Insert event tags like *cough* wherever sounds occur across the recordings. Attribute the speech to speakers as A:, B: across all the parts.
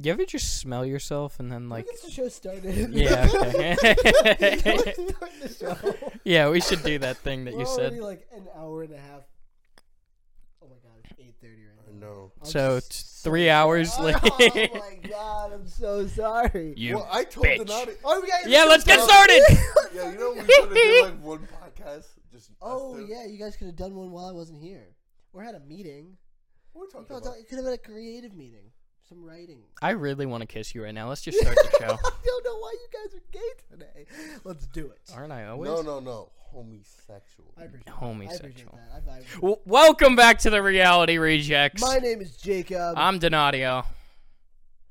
A: You ever just smell yourself and then like
B: *laughs*
C: Let's get the show started. *laughs*
A: Yeah,
C: Let's
A: okay.
C: start the show.
A: Yeah, we should do that thing *laughs* that
C: We're
A: you
C: already
A: said.
C: like an hour and a half. Oh my god, it's eight thirty right now.
B: No.
C: I'm
A: So
C: just
A: t-
C: so
A: three hours
C: sorry.
A: later.
C: Oh my god, I'm so sorry.
A: You
B: well, I told
A: bitch.
B: the naughty.
C: Oh, we gotta
A: Yeah,
C: the
A: let's
C: show
A: get started.
C: *laughs*
B: Yeah, you know we could have done like one podcast. Just us
C: Oh
B: two.
C: yeah, you guys could have done one while I wasn't here, or had a meeting.
B: We're
C: You
B: talking
C: could
B: about.
C: have had a creative meeting, some writing.
A: I really want to kiss you right now. Let's just *laughs* start the
B: *laughs*
A: show.
C: *laughs* I don't know why you guys are gay today. Let's do it.
A: Aren't I always?
B: No, no, no. Homosexual.
C: I appreciate
A: Homosexual.
C: That. I appreciate that. I vibe with it.
A: W- welcome back to the Reality Rejects.
C: My name is Jacob.
A: I'm Donadio.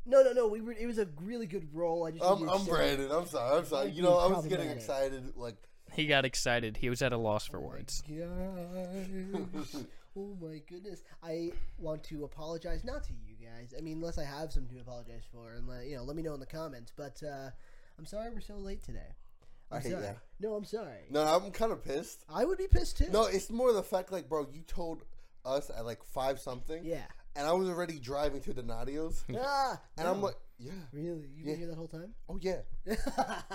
C: no, no, no. We were, it was a really good role. I just.
B: I'm,
C: needed
B: I'm
C: to-
B: Brandon. I'm sorry. I'm sorry.
C: Might
B: You know,
C: be
B: I was getting
C: problematic.
B: excited. Like, *laughs*
A: He got excited. He was at a loss for words.
C: Gosh.
B: *laughs*
C: oh my goodness. I want to apologize not to you guys. I mean, unless I have something to apologize for, and let, you know, let me know in the comments. But uh, I'm sorry we're so late today. I'm
B: I hate
C: sorry.
B: that.
C: No, I'm sorry.
B: no, I'm kind of pissed.
C: I would be pissed too.
B: No, it's more the fact, like, bro, you told us at like five something,
C: Yeah.
B: and I was already driving
A: *laughs*
B: to Donatio's, and
C: ah, no.
B: I'm like, yeah,
C: really? You've
B: Yeah.
C: been here that whole time? *laughs*
B: oh yeah.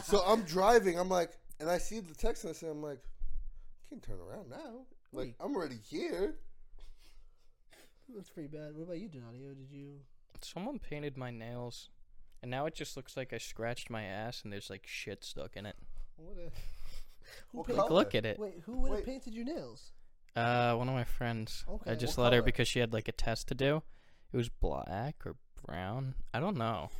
B: So I'm driving. I'm like, and I see the text message. I'm like, I can't turn around now. Like,
C: Wait.
B: I'm already here.
C: That's pretty bad. What about you, Donadio? Did you?
A: Someone painted my nails, and now it just looks like I scratched my ass and there's like shit stuck in it.
C: What a... *laughs* Who
B: What
C: painted-
B: color?
A: Look at it.
C: Wait, who would have
B: Wait.
C: painted your nails?
A: Uh, one of my friends. I
C: Okay.
A: just
B: What
A: let her
B: color?
A: because she had like a test to do. It was black or brown. I don't know.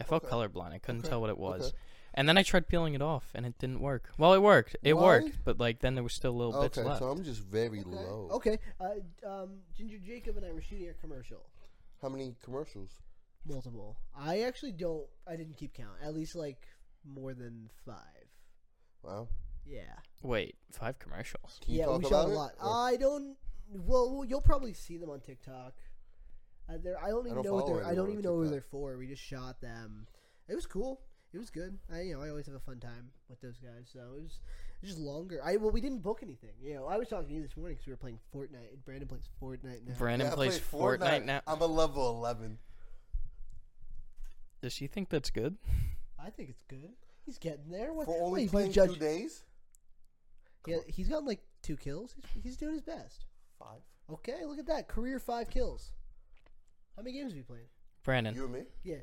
A: I felt
B: Okay.
A: colorblind. I couldn't
B: Okay.
A: tell what it was.
B: Okay.
A: And then I tried peeling it off, and it didn't work. Well, it worked. It
B: Why?
A: worked, but like then there was still little bits
B: Okay,
A: left.
B: so I'm just very
C: Okay.
B: low.
C: Okay. Uh, um, Ginger Jacob and I were shooting a commercial.
B: How many commercials?
C: Multiple. I actually don't. I didn't keep count. At least like more than five.
B: Wow.
C: Yeah.
A: Wait, five commercials.
B: Can you
C: yeah,
B: talk
C: we
B: about
C: shot a
B: it?
C: lot. Uh,
B: Or-
C: I don't. Well, well, you'll probably see them on TikTok. Uh, they're, I don't even
B: don't
C: know what
B: follow
C: they're. I
B: anyone
C: don't
B: on
C: even know who
B: TikTok.
C: they're for. We just shot them. It was cool. It was good. I you know I always have a fun time with those guys. So it was it was just longer. I well we didn't book anything. You know I was talking to you this morning because we were playing Fortnite. and Brandon plays Fortnite now.
A: Brandon
B: Yeah, I
A: plays
B: play
A: Fortnite, now.
B: I'm a level 11.
A: Does she think that's good?
C: I think it's good. He's getting there. What,
B: For
C: what are
B: only
C: you gonna
B: playing
C: judge?
B: two days?
C: Yeah, he's gotten like two kills. He's, he's doing his best.
B: Five.
C: Okay, look at that. Career five kills. How many games have we played?
A: Brandon,
B: You and me?
C: Yeah.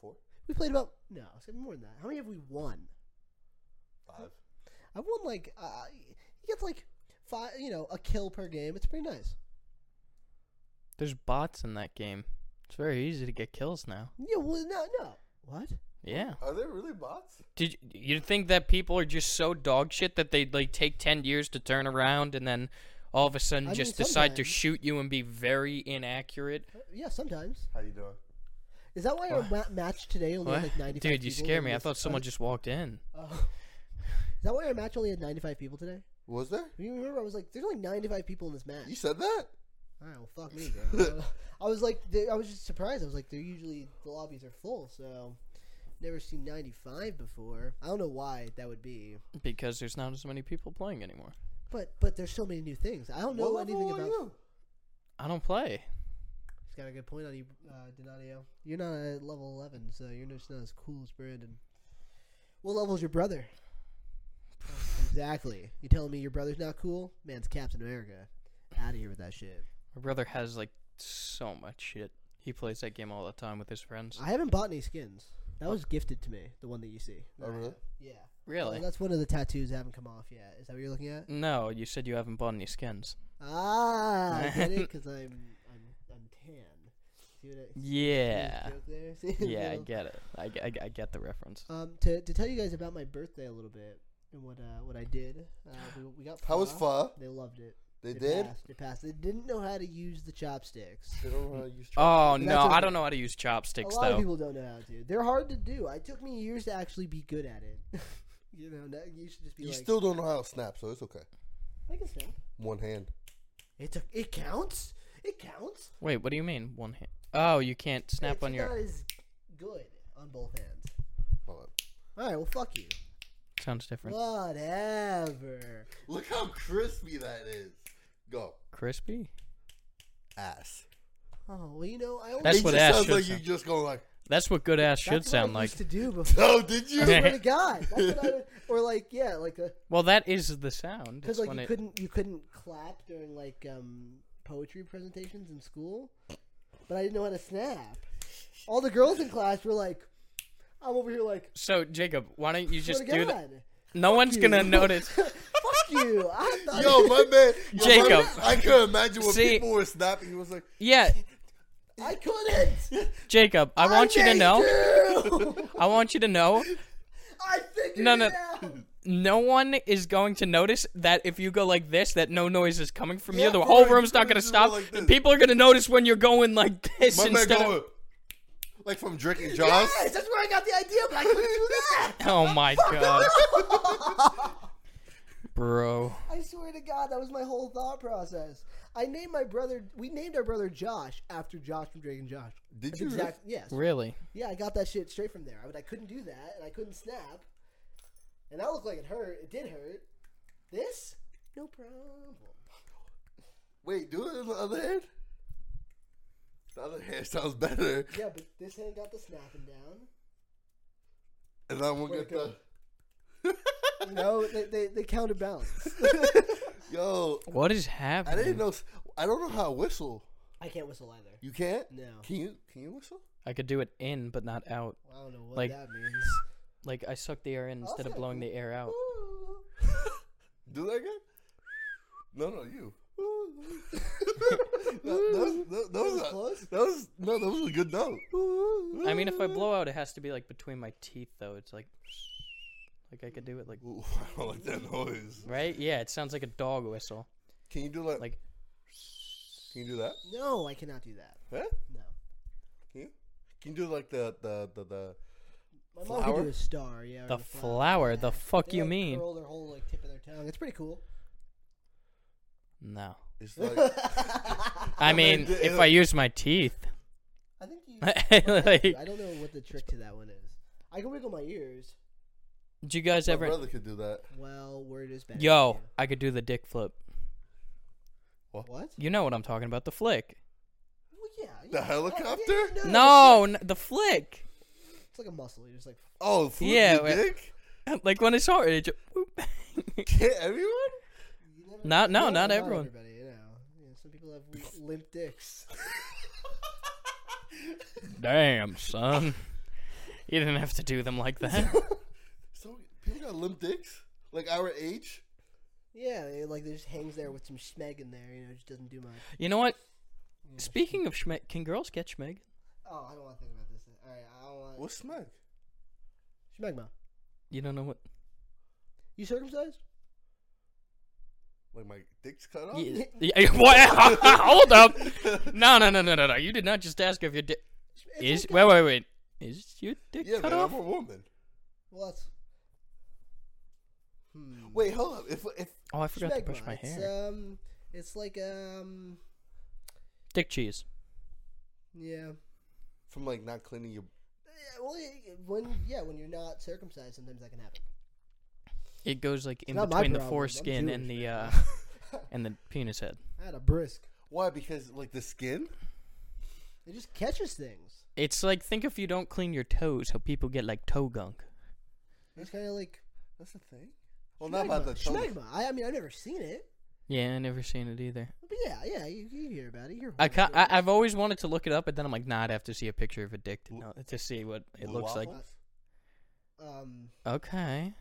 B: Four?
C: We played about, no, it's gonna be more than that. How many have we won?
B: Five?
C: I've won like, uh, he gets like five, you know, a kill per game. It's pretty nice.
A: there's bots in that game. It's very easy to get kills now.
C: Yeah, well, no, no. What?
A: Yeah.
B: Are there really bots?
A: Did y- you think that people are just so dog shit that they like take ten years to turn around and then all of a sudden
C: I mean,
A: just decide to
C: sometimes.
A: shoot you and be very inaccurate?
C: Uh, Yeah, sometimes.
B: How you doing?
C: Is that why our ma- match today only had
A: What?
C: like 95
A: Dude, you
C: people?
A: scare
C: and
A: me.
C: we
A: I thought someone just walked in. *laughs*
C: Oh. *laughs* Is that why our match only had 95 people today?
B: Was there?
C: You remember, I was like, there's only 95 people in this match.
B: You said that?
C: All right, well, fuck me,
B: *laughs*
C: bro. I was like, they- I was just surprised. I was like, they're usually the lobbies are full, so never seen 95 before. I don't know why that would be,
A: Because there's not as many people playing anymore.
C: but but there's so many new things. I don't know
B: What level
C: anything
B: are
C: about.
B: you?
A: I don't play.
C: He's got a good point on you, uh, Donadio. You're not at level 11, so you're just not as cool as Brandon. What level is your brother? exactly. You telling me your brother's not cool? Man's Captain America. Out of here with that shit.
A: My brother has like so much shit. He plays that game all the time with his friends.
C: I haven't bought any skins. That was gifted to me. The one that you see.
B: Oh, really?
C: Yeah.
A: Really?
C: Well, Oh, that's one of the tattoos that haven't come off yet. Is that what you're looking at?
A: No, you said you haven't bought any skins.
C: Ah, I get it because I'm I'm I'm tan. See what I, see
A: Yeah.
C: the joke there? *laughs* See the
A: Yeah, I
C: little-
A: get it. I, g- I g- I get the reference.
C: Um, to to tell you guys about my birthday a little bit and what uh what I did. Uh, we, we got.
B: How was
C: pho.
B: far?
C: They loved it.
B: They did?
C: Passed. They passed. They didn't know how to use the chopsticks.
B: They don't know how to use
A: Oh,
C: That's
A: no. I
C: okay.
A: don't know how to use
C: A
A: chopsticks,
C: lot of
A: though.
C: people don't know how to. They're hard to do. It took me years to actually be good at it. *laughs* you know, no- you should just be
B: You
C: like.
B: still don't know how to snap, so it's okay.
C: I can snap.
B: One hand.
C: It took. It counts. It counts.
A: Wait, what do you mean? One hand. Oh, you can't snap
C: it's
A: on your.
C: Not as good on both hands.
B: Hold on.
C: All right, well, fuck you.
A: Sounds different.
C: Whatever.
B: Look how crispy that is. Go.
A: Crispy?
B: Ass.
C: Oh well, you know I only
A: That's
B: it
A: what
B: just
A: ass
B: sounds
A: should
B: like. You
A: sound.
B: just going like,
A: That's what good ass should
C: that's what I
A: sound like.
C: used
A: *laughs*
C: to do before.
B: oh, did you?
C: I swear to God, that's what I would, or like yeah, like a
A: Well, that is the sound. It's
C: because like
A: when
C: you
A: it-
C: couldn't you couldn't clap during like um poetry presentations in school, but I didn't know how to snap. All the girls in class were like, I'm over here like.
A: So Jacob, why don't you
C: Just
A: just
C: God.
A: do that? No one's gonna
C: you.
A: notice.
C: *laughs* Fuck you!
A: *laughs*
C: I thought
B: Yo, my man, yo, my
A: Jacob.
B: man- I could imagine when
A: See-
B: people were snapping. He was like,
A: Yeah,
C: I couldn't.
A: Jacob, I want you to
C: made
A: know.
C: *laughs* two!
A: I want you to know.
C: I figured
A: No, no.
C: it out.
A: No one is going to notice that if you go like this, that no noise is coming from
B: Yeah,
A: you. The
B: bro,
A: whole
B: you
A: room's not
B: could've
A: gonna
B: just gone
A: stop.
B: like this.
A: People are gonna notice when you're going like this
B: my man,
A: instead of.
B: going like from drinking jaws.
C: Yes, that's where I got the idea, but I
A: *laughs*
C: couldn't do that.
A: Oh my god, bro.
C: *laughs* I swear to God, that was my whole thought process. I named my brother. We named our brother Josh after Josh from Drake and Josh.
B: Did
C: That's
B: you? really?
C: exactly. Yes.
A: Really?
C: Yeah, I got that shit straight from there. I, but I couldn't do that, and I couldn't snap. And that looked like it hurt. It did hurt. This, no problem.
B: Wait, do it on the other hand. The other hand sounds better,
C: Yeah, but this hand got the snapping down.
B: and I won't
C: Where'd
B: get
C: it go?
B: the.
C: No, they they, they counterbalance.
B: *laughs* Yo,
A: What is
B: I
A: happening? I,
B: didn't know. I don't know how to whistle.
C: *laughs* I can't whistle either.
B: You can't.
C: No.
B: Can you? Can you whistle?
A: could do it in, but not out.
C: I don't know what
A: Like-
C: that means.
A: Like I suck the air in instead of
C: Okay.
A: blowing the air out.
B: Do that again? No, no, *laughs* you. that, that, that, that was
C: That was
B: a, that was no, that was a good note.
A: I mean, if I blow out, it has to be like between my teeth, though. It's like, like I could do it like,
B: *laughs* Ooh, I don't like that noise.
A: right? Yeah, it sounds like a dog whistle.
B: Can you do like?
A: Like-
B: Can you do that?
C: No, I cannot do that.
B: Huh?
C: No.
B: Can you? Can you do like the the the, the
C: My mom could
B: Flower?
C: do a star, yeah. or
A: The flower, the fuck
C: They,
A: you
C: like,
A: mean?
C: Curl their whole like tip of their tongue. It's pretty cool.
A: No.
B: It's *laughs* like
A: I mean,
B: d-
A: if I use my teeth, *laughs*
C: I think you.
A: like,
C: I don't know what the trick to that one is. I can wiggle my ears.
A: do you guys
B: my
A: ever?
B: brother could do that.
C: Well, word is better.
A: Yo, I could do the dick flip.
C: What?
A: You know what I'm talking about? The flick.
C: Well, yeah. yeah.
B: The
C: Oh,
B: helicopter?
C: yeah,
A: No, n- the flick. *laughs*
C: It's like a muscle. You're just like.
B: Oh, flip
A: Yeah,
B: yeah,
A: wait.
B: dick?
A: Like when it's hard, it just, whoop.
B: Can't everyone?
C: You never,
A: Not- no,
C: Yeah,
A: not everyone.
C: Everybody, you know. Yeah, some people have weak- limp dicks.
A: Damn, son. *laughs* You didn't have to do them like that.
B: So people got limp dicks like our age.
C: *laughs* Yeah, it, like it just hangs there with some schmeg in there. You know, it just doesn't do much.
A: You know what?
C: Mm.
A: Speaking of schmeg, can girls get schmeg?
C: Oh, I don't want to think about this. All right, I don't want.
B: What's smack?
C: Schmegma.
A: You don't know what?
C: You circumcised?
B: Like my dick's cut
C: Oh,
B: off?
A: Yeah, yeah, *laughs* what? Hold
B: *laughs*
A: up! No, no, no, no, no, no! You did not just ask if your dick
C: It's
A: is.
C: okay.
A: Wait, wait, wait! Is your dick
B: Yeah,
A: cut
B: man,
A: off?
B: I'm a woman.
C: Well, that's. Hmm.
B: Wait, hold up. If if
A: Oh, I forgot to
C: Schmegma,
A: brush my
C: it's,
A: hair.
C: Um, it's like um,
A: Dick cheese.
C: yeah.
B: from like not cleaning your
C: Eh, Well, eh, when yeah, when you're not circumcised, sometimes that can happen.
A: It goes like in
C: not my
A: between the
C: problem, I'm
A: foreskin and
C: Jewish,
A: the uh,
C: *laughs*
A: and the penis head.
C: I had a brisk.
B: why? Because like the skin.
C: It just catches things.
A: It's like think if you don't clean your toes, how people get like toe gunk.
C: It's kind of like
B: That's the thing. Well, not about
C: schmegma.
B: the toes.
C: schmegma. I, I mean, I've never seen it,
A: Yeah, I never seen it either.
C: but yeah, yeah, you, you hear about it. You hear
A: I,
C: horror
A: ca- I
C: stories.
A: I've always wanted to look it up, but then I'm like, nah, I'd have to see a picture of a dick to, know, to see what it looks like.
B: Waffles?
C: um
A: Okay.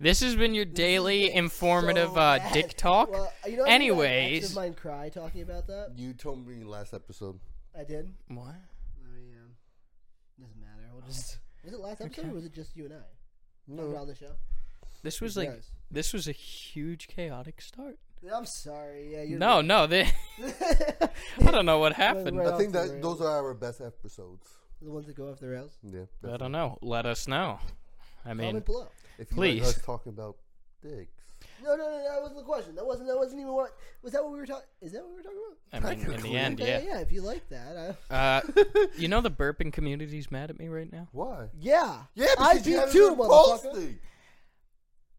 A: This has been your
C: *laughs*
A: daily informative
C: so
A: uh,
C: bad.
A: dick talk.
C: Well, you know, I made an ex
A: Anyways,
C: of mine cry talking about that.
B: You told me last episode.
C: I did.
A: what?
C: I mean, um, doesn't matter. We'll just. Was it last episode
A: Okay.
C: or was it just you and I?
B: No.
C: on the show.
A: This was like
C: Yes.
A: this was a huge chaotic start.
C: I'm sorry. Yeah, you're *laughs*
A: No, no, they,
C: right.
A: *laughs* I don't know what
C: *laughs*
A: happened.
C: right.
B: I think
C: off the
B: that
C: rails.
B: those are our best episodes.
C: the ones that go off the rails.
B: Yeah.
A: I
B: that's-
A: don't know. Let us know. I mean,
C: Comment below.
B: If you
A: Please.
B: like us talking about dicks.
C: No, no, no, that wasn't the question. That wasn't. That wasn't even what. Was that what we were talking? Is that what we were talking about?
A: I mean, in the
B: Technically.
A: end, yeah.
C: Okay, yeah. If you like that, I, *laughs*
A: Uh, you know the burping community's mad at me right now.
B: Why?
C: yeah,
B: Yeah, because
C: I
B: you
C: do
B: haven't
C: too,
B: been
C: motherfucker.
B: posting.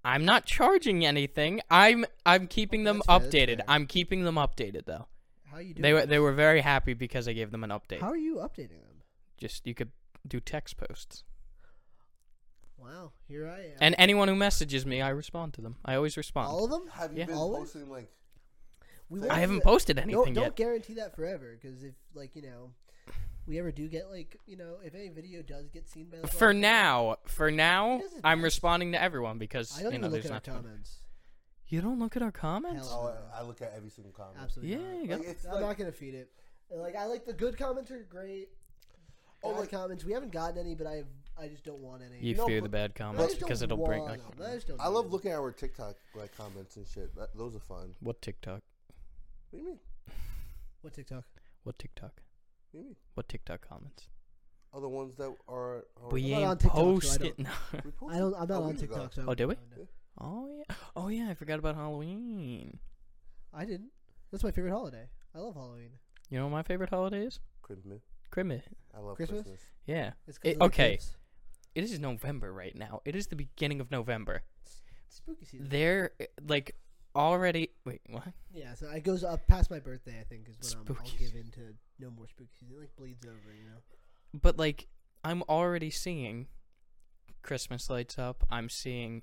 A: I'm not charging anything. I'm I'm keeping them
C: That's fair, that's
A: updated.
C: fair.
A: I'm keeping them updated though.
C: How How are you doing?
A: They were they were very happy because I gave them an update.
C: How are you updating them?
A: Just you could do text posts.
C: Wow, here I am.
A: And anyone who messages me, I respond to them. I always respond.
C: all of them?
B: Have you
A: Yeah.
B: been
C: Always?
B: posting like?
C: We
A: I
C: won't
A: haven't
C: do that.
A: posted
C: No,
A: anything
C: don't
A: yet.
C: guarantee that forever because if like you know, we ever do get like you know, if any video does get seen by like,
A: For
C: all-
A: now, for now,
C: doesn't
A: I'm
C: matter.
A: responding to everyone because
C: I don't
A: you know
C: even look
A: there's
C: at our
A: not.
C: comments.
A: You don't look at our comments.
C: Hell
B: Oh, I, I look at every single comment.
C: Absolutely.
A: Yeah,
C: not.
A: you got-
B: Like, it's
C: I'm
B: like-
C: not gonna feed it. Like I like the good comments are great.
B: Oh,
C: Oh,
B: like-
C: comments. We haven't gotten any, but I I just don't want any.
A: you
B: No,
A: fear
B: but-
A: the bad
C: I
A: comments
C: just
A: because
C: don't
A: it'll break.
C: want
A: my-
C: 'em. I, just don't
B: I
C: need
B: love
C: 'em.
B: looking at our TikTok like comments and shit. That, those are fun.
A: What TikTok?
B: What do you mean?
C: What TikTok?
A: What TikTok?
B: What do you mean?
A: What TikTok comments?
B: Are the ones that are, are
A: We
C: Oh, not on
A: ain't
C: TikTok, so I
A: posted. *laughs*
C: don't-
A: No.
B: we posted
C: I don't. I'm
B: a
C: not on
B: week ago.
C: TikTok. So
A: Oh, do we?
C: no.
A: oh yeah. Oh yeah. I forgot about Halloween.
C: I didn't. That's my favorite holiday. I love Halloween.
A: You know what my favorite holiday is?
B: Christmas.
A: Christmas.
B: I love
C: Christmas?
B: Christmas.
A: Yeah.
C: It's 'cause
A: It-
C: of the
A: okay.
C: kids.
A: It is November right now. It is the beginning of November.
C: Spooky season.
A: They're eh, like already. Wait, what?
C: Yeah, so it goes up past my birthday. I think is when I'm,
A: Spooky
C: I'll give in to no more spooky season. It like bleeds over, you know.
A: But like, I'm already seeing Christmas lights up. I'm seeing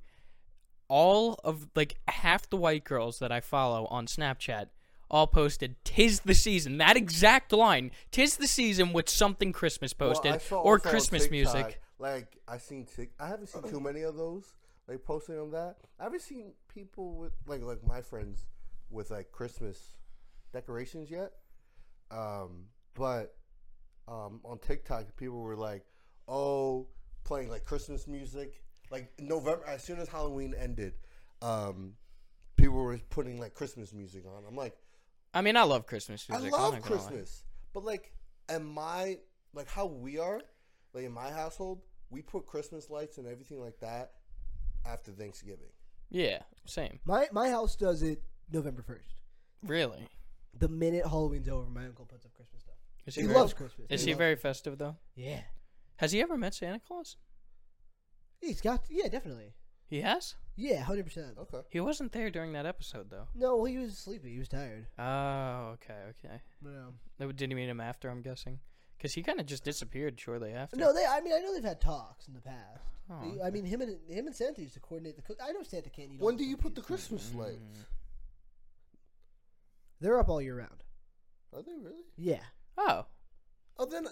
A: all of like half the white girls that I follow on Snapchat all posted "Tis the season." That exact line, "Tis the season," with something Christmas posted
B: Well, I saw
A: or
B: also on
A: Christmas
B: TikTok,
A: music.
B: Like I seen, tic- I haven't seen too many of those. Like posting on that. I haven't seen people with like like my friends with like Christmas decorations yet. Um, but um, on TikTok, people were like, "Oh, playing like Christmas music." Like November, as soon as Halloween ended, um, people were putting like Christmas music on. I'm like,
A: I mean, I love Christmas
B: I
A: music. I'm
B: love
A: not gonna lie.
B: Christmas, but like, in my like how we are, like in my household, we put Christmas lights and everything like that after Thanksgiving.
A: Yeah, same.
C: My my house does it November first.
A: Really.
C: The minute Halloween's over, my uncle puts up Christmas stuff.
A: Is
C: He,
A: he, very,
C: loves Christmas.
A: is he
C: loves-
A: very festive though?
C: Yeah.
A: Has he ever met Santa Claus?
C: He's got yeah, definitely.
A: He has.
C: Yeah, hundred percent.
B: Okay.
A: He wasn't there during that episode though.
C: No, well, he was sleepy. He was tired. um,
A: Oh, okay, okay.
C: No,
A: No, Did he meet him after? I'm guessing, because he kind of just disappeared shortly after.
C: no, they. I mean, I know they've had talks in the past.
A: Oh,
C: I mean, him and him and Santa used to coordinate the cook. I know Santa can't eat. all
B: When do you put the
C: cookies.
B: Christmas lights?
C: They're up all year round. Mm.
B: Are they really?
C: Yeah,
A: Oh,
B: Oh, then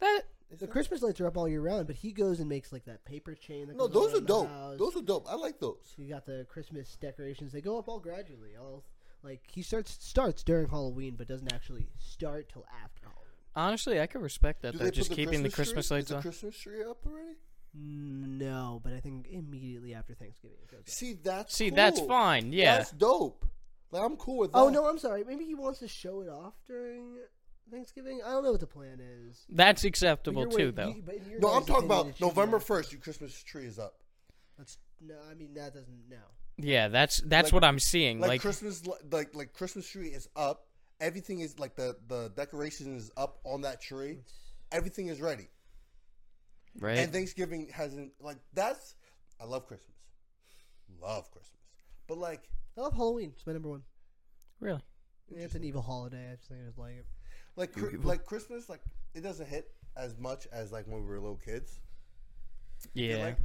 A: that
B: is
C: the
B: that-
C: Christmas lights are up all year round. But he goes and makes like that paper chain. That
B: No,
C: goes
B: those are
C: around the
B: dope.
C: house.
B: Those are dope. I like those.
C: You got the Christmas decorations. They go up all gradually. All like he starts starts during Halloween, but doesn't actually start till after Halloween.
A: honestly, I could respect that.
B: Do
A: Though,
B: they
A: just
B: put
A: keeping the Christmas
B: tree?
A: lights
B: is
A: on.
B: The Christmas tree up already.
C: No, but I think immediately after Thanksgiving. It goes up.
B: See, that's
A: See, that's
B: cool.
A: fine. Yeah,
B: that's dope. Like I'm cool with that.
C: Oh no, I'm sorry. Maybe he wants to show it off during Thanksgiving. I don't know what the plan is.
A: that's
C: But
A: acceptable
C: you're
A: too,
C: wait-
A: though.
C: you- but in your
B: no, I'm
C: guys'
B: talking
C: opinion, it
B: about
C: should
B: November
C: not.
B: first. Your Christmas tree is up.
C: That's no. I mean that doesn't no.
A: yeah, that's that's
B: Like-
A: what I'm seeing.
B: like,
A: Like,
B: Christmas, li- like like Christmas tree is up. Everything is like the the decoration is up on that tree. Everything is ready,
A: right?
B: and Thanksgiving hasn't like that's. I love Christmas, love Christmas, but like
C: I love Halloween. It's my number one.
A: really?
C: Yeah, it's an evil holiday. I just think I just like it.
B: like cri- like Christmas, like it doesn't hit as much as like when we were little kids.
A: Yeah.
B: Like,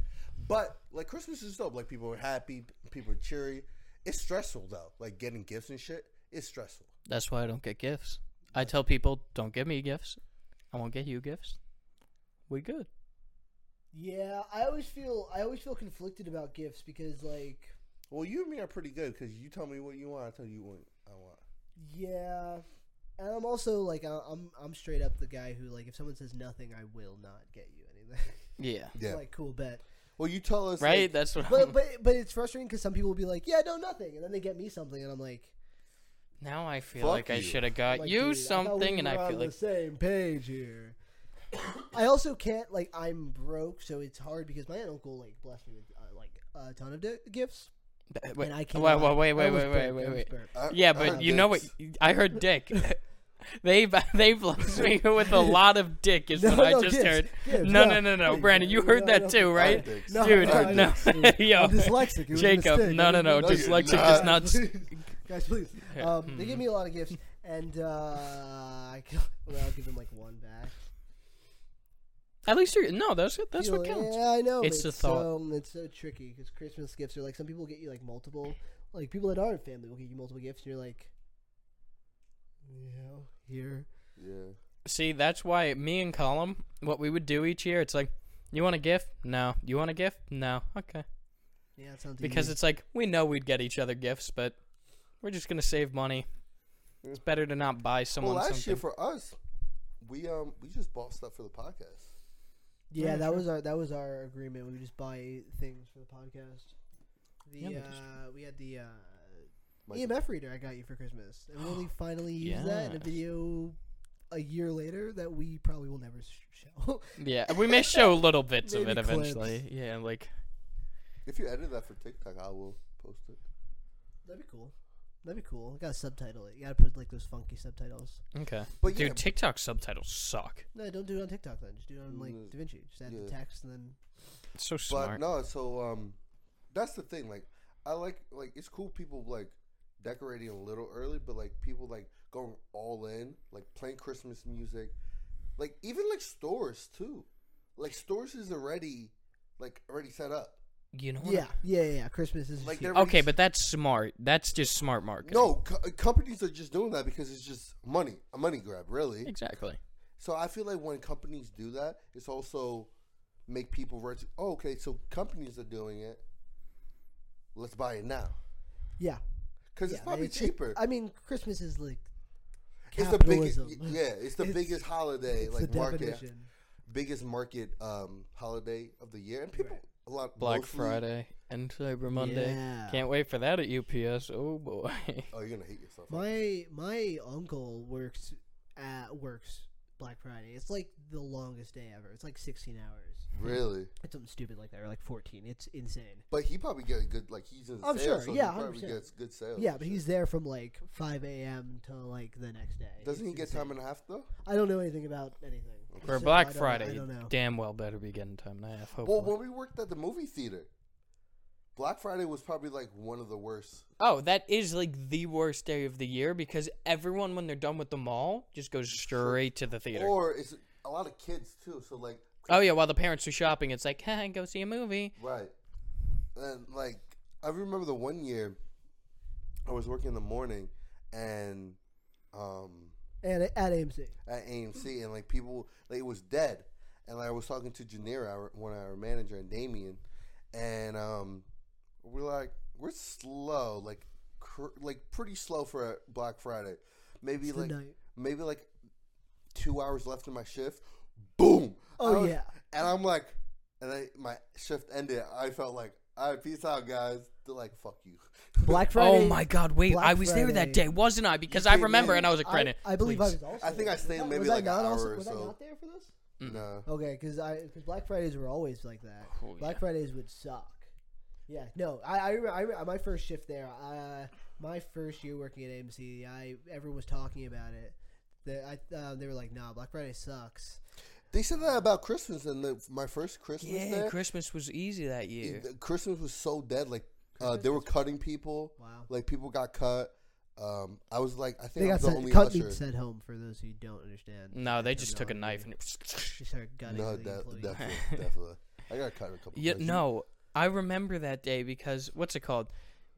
B: but like Christmas is dope. Like people are happy, people are cheery. It's stressful though. Like getting gifts and shit is stressful.
A: That's why I don't get gifts. I tell people, don't give me gifts. I won't get you gifts. We good.
C: Yeah, I always feel I always feel conflicted about gifts because like
B: Well, you and me are pretty good because you tell me what you want, I tell you what I want.
C: yeah, and I'm also like I- I'm I'm straight up the guy who like if someone says nothing, I will not get you anything. *laughs*
A: Yeah.
B: Yeah.
C: like cool bet.
B: Well, you tell us
A: Right.
B: like,
A: that's what. I'm,
C: But but but it's frustrating because some people will be like, yeah, no, nothing, and then they get me something, and I'm like,
A: *laughs* now I feel
B: Fuck
A: like I
B: you.
A: should have got
C: like,
A: Uh, you
C: dude, I thought we
A: something, and
C: were
A: I
C: on
A: feel like
C: the same page here. *coughs* I also can't like I'm broke, so it's hard because my aunt and uncle like blessed me with uh, like a ton of di- gifts,
A: Uh, Wait,
C: and I can't.
A: wait, wait, wait, wait, wait, wait, wait, wait.
B: I-
A: Yeah,
B: I
A: but
B: heard
A: you know what?
B: dicks.
A: I heard dick. *laughs* they've they've blessed me with a lot of dick,
C: *laughs*
A: is what I just heard. no, no, no, no, Brandon, you heard that too, right?
B: dicks.
C: No,
A: Dude, no,
C: no, *laughs*
A: yo,
C: I'm dyslexic. It was a
A: Jacob,
C: mistake. uh,
A: no, no, no,
C: No, *laughs*
B: you're
A: dyslexic does not. Mm. s-
C: guys, please. Um, They give me a lot of gifts, And uh, I can, *laughs* well, I'll give him like one back.
A: At least you're no. That's it. That's
C: You
A: what
C: know,
A: counts.
C: Yeah, I know. but
A: It's the
C: So,
A: thought.
C: it's so tricky because Christmas gifts are like some people get you like multiple, like people that aren't family will get you multiple gifts, and you're like, you know, here.
B: Yeah.
A: See, that's why me and Colum, what we would do each year, it's like, you want a gift? No. You want a gift? No. Okay.
C: Yeah, that sounds
A: Because
C: easy.
A: it's like we know we'd get each other gifts, but we're just gonna save money. It's better to not buy
B: Well,
A: someone
B: last
A: something.
B: year for us, we um we just bought stuff for the podcast.
C: yeah,
A: Yeah,
C: that
A: sure.
C: was our that was our agreement. We would just buy things for the podcast. The
A: Yeah, we
C: uh,
A: just-
C: we had the uh,
B: Like,
C: EMF reader I got you for Christmas, and we
B: *gasps*
C: only finally used that in a
A: Yes.
C: video a year later that we probably will never sh- show. *laughs*
A: *laughs* Yeah, we may show little bits of it
C: Maybe clips.
A: eventually. Yeah, like
B: If you edit that for TikTok, I will post it.
C: That'd be cool. That'd be cool. Gotta subtitle it. You gotta put like those funky subtitles.
A: okay,
B: But
A: dude,
B: yeah,
A: TikTok subtitles suck.
C: No, don't do it on TikTok then. Just do it on like
B: Mm,
C: DaVinci. Just add the
B: yeah.
C: text and then.
A: It's so
B: but
A: smart.
B: no. So um, that's the thing. Like, I like like it's cool people like decorating a little early, but like people like going all in, like playing Christmas music, like even like stores too. Like stores is already like already set up.
A: you know what?
C: Yeah, yeah, yeah. yeah. Christmas is
B: Like
C: like huge.
B: they're-
A: Okay, but that's smart. That's just smart marketing.
B: No, co- uh, companies are just doing that because it's just money, a money grab, really.
A: exactly.
B: So I feel like when companies do that, it's also make people rich. Oh, okay, so companies are doing it. Let's buy it now
C: yeah,
B: because
C: yeah,
B: it's probably
C: it's- it-
B: cheaper.
C: I mean, Christmas is like
B: it's the biggest,
C: capitalism.
B: yeah, it's the
C: It's-
B: biggest holiday,
C: it's
B: like
C: the
B: market,
C: definition.
B: biggest market um, holiday of the year, and people
C: Right.
B: a lot
A: Black
B: mostly-
A: Friday and Cyber Monday.
C: Yeah.
A: Can't wait for that at UPS. Oh
C: *laughs*
A: boy.
B: Oh, you're gonna hate yourself.
C: My my uncle works at works Black Friday. It's like the longest day ever. It's like sixteen hours.
B: really?
C: It's something stupid like that, or like fourteen. It's insane.
B: But he probably get a good like he's in
C: I'm
B: sales,
C: sure,
B: so
C: yeah,
B: he probably
C: 100%.
B: gets good sales.
C: Yeah,
B: and
C: but
B: Oh, shit.
C: he's there from like 5 a.m. to like the next day.
B: doesn't
C: It's
B: he get
C: insane.
B: time and a half though?
C: I don't know anything about anything.
A: for
C: so I
A: Black
C: don't-
A: Friday,
C: I
A: you
C: don't know.
A: damn well better be getting time and a half. Hopefully.
B: Well, when we worked at the movie theater, Black Friday was probably like one of the worst.
A: Oh, that is like the worst day of the year because everyone, when they're done with the mall, just goes straight to the theater.
B: Or it's a lot of kids too. So like,
A: oh yeah, while the parents are shopping, it's like, hey, go see a movie.
B: right, and like I remember the one year I was working in the morning and um
C: And at at AMC.
B: at AMC and like people like it was dead. And I was talking to Janira, our, one of our manager, and Damien, and um, we're like we're slow, like cr- like pretty slow for Black Friday. Maybe
C: It's the
B: like
C: night.
B: maybe like two hours left in my shift. Boom.
C: Oh
B: I was-
C: yeah.
B: And I'm like, and I, my shift ended. I felt like, all right, peace out, guys. They're like, fuck you. *laughs*
C: Black Friday.
A: Oh my God! Wait,
C: Black
A: I was there that
C: Friday.
A: day, wasn't I? Because I
B: came
A: remember,
B: in.
A: and I was like,
C: I,
A: Brandon,
C: I believe I
A: please.
C: was also.
B: I think
C: there.
B: I
C: Was
B: stayed
C: that-
B: maybe
C: was
B: like
C: I
B: an
C: not also,
B: hour or
C: was I
B: so.
C: not there for this?
A: Mm.
B: Nah.
C: Okay, because I cause Black Fridays were always like that.
A: Oh,
C: Black
A: yeah.
C: Fridays would suck. Yeah, no, I I, remember, I remember my first shift there. Uh, my first year working at AMC, I everyone was talking about it. That I uh, they were like, nah, Black Friday sucks.
B: They said that about Christmas and the, my first Christmas
A: Yeah,
B: there.
A: Christmas was easy that year.
B: the- Christmas was so dead. Like, uh, they were cutting people.
C: Wow,
B: Like, people got cut. Um, I was like, I
C: they
B: think I
C: got
B: was the
C: sent,
B: only
C: cut
B: usher.
C: meat sent home for those who don't understand.
A: No, they
C: have
A: just
C: no
A: took a
C: idea.
A: knife and. *laughs*
C: She started gutting
B: No,
C: the
B: de-
C: employees.
B: definitely, definitely. I got cut a couple.
A: Yeah,
B: times.
A: no, I remember that day because what's it called?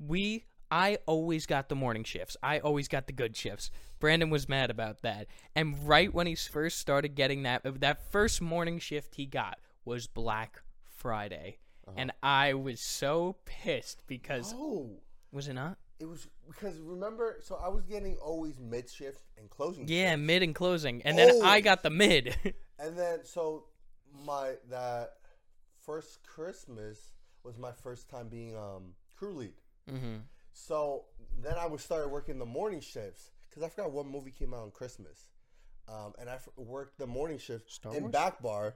A: We I always got the morning shifts. I always got the good shifts. Brandon was mad about that. And right when he first started getting that uh, that first morning shift he got was Black Friday.
B: Uh-huh.
A: And I was so pissed because
B: Oh,
A: was it not?
B: it was because remember. So I was getting always mid shift and closing.
A: Yeah,
B: shift.
A: mid and closing. And then I
B: Oh.
A: got the mid. *laughs*
B: And then so my that first Christmas was my first time being um crew lead.
A: mm-hmm.
B: So then I would start working the morning shifts because I forgot what movie came out on Christmas, um, and I f- worked the morning shift
A: Star
B: in
A: Wars?
B: back bar,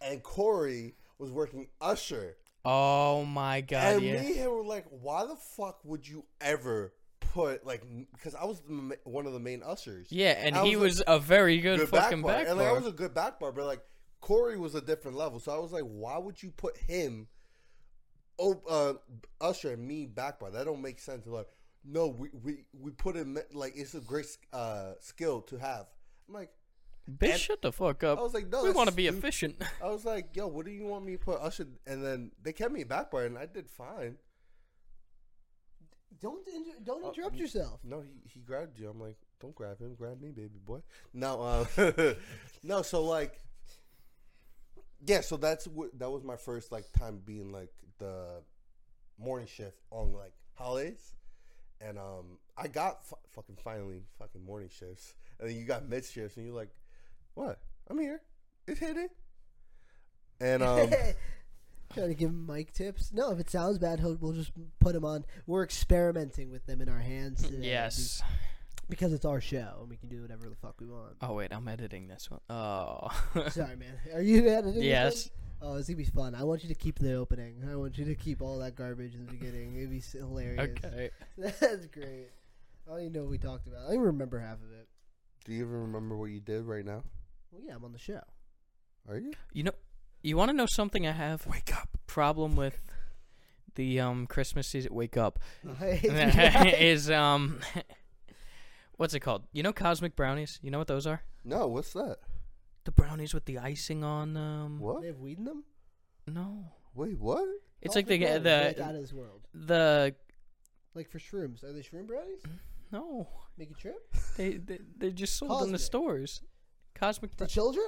B: and Corey was working usher,
A: Oh my god.
B: and
A: yeah.
B: me and him were like, "Why the fuck would you ever put like?" Because I was the, ma- one of the main ushers.
A: yeah, and
B: I
A: he
B: was
A: was a very good,
B: good back
A: fucking
B: bar.
A: back
B: and like, I
A: bar.
B: was a good back bar, but like Corey was a different level. So I was like, why would you put him, oh, uh, Usher and me back bar? That don't make sense. Like, no, we, we, we put in, that- like, it's a great uh, skill to have. I'm like,
A: Bitch,
B: And-
A: shut the fuck up.
B: I was like, no,
A: we
B: that's
A: want to be
B: stupid. *laughs*
A: efficient. *laughs*
B: I was like, yo, what do you want me to put Usher? And then they kept me back bar, and I did fine.
C: Don't inter- don't
B: Uh,
C: interrupt
B: mm.
C: yourself.
B: *laughs* No, he, he grabbed you. I'm like, don't grab him, grab me, baby boy. No, uh, *laughs* no. So like, yeah. So that's what that was my first like time being like the morning shift on like holidays, and um, I got fu- fucking finally fucking morning shifts, and then you got mid shifts, and you're like, what? I'm here. It's hitting. And
C: *laughs*
B: um,
C: Trying to give him mic tips. No, if it sounds bad, he'll, we'll just put him on. We're experimenting with them in our hands. today
A: yes.
C: be- because it's our show and we can do whatever the fuck we want.
A: Oh wait, I'm editing this one. Oh. *laughs*
C: Sorry, man. *laughs* Are you editing? this
A: yes.
C: one? Oh, it's gonna be fun. I want you to keep the opening. I want you to keep all that garbage in the beginning. It'd be s- hilarious.
A: Okay.
C: *laughs* That's great. I don't even know what we talked about. I don't even remember half of it.
B: do you even remember what you did right now?
C: Well, yeah, I'm on
A: *laughs*
C: the show. *laughs*
B: Are you?
A: You know, you want to know something? I have
B: Wake up.
A: problem with the um Christmas season. Wake
B: *laughs*
A: up *laughs*
C: It's-
A: is um, what's it called? You know, cosmic brownies. You know what those are?
B: No, what's that?
A: The brownies with the icing on um.
B: What?
C: they have weed in them.
A: No,
B: Wait, what?
A: it's
B: Oh,
A: like the
C: Cosmic brownies, they're, like out
A: the
C: of this world.
A: the
C: Like for shrooms, are they shroom brownies?
A: Mm-hmm. no.
C: Make a trip.
A: They they they're just sold in the
C: Cosmic.
A: stores. Cosmic.
C: The
A: Bro-
C: children.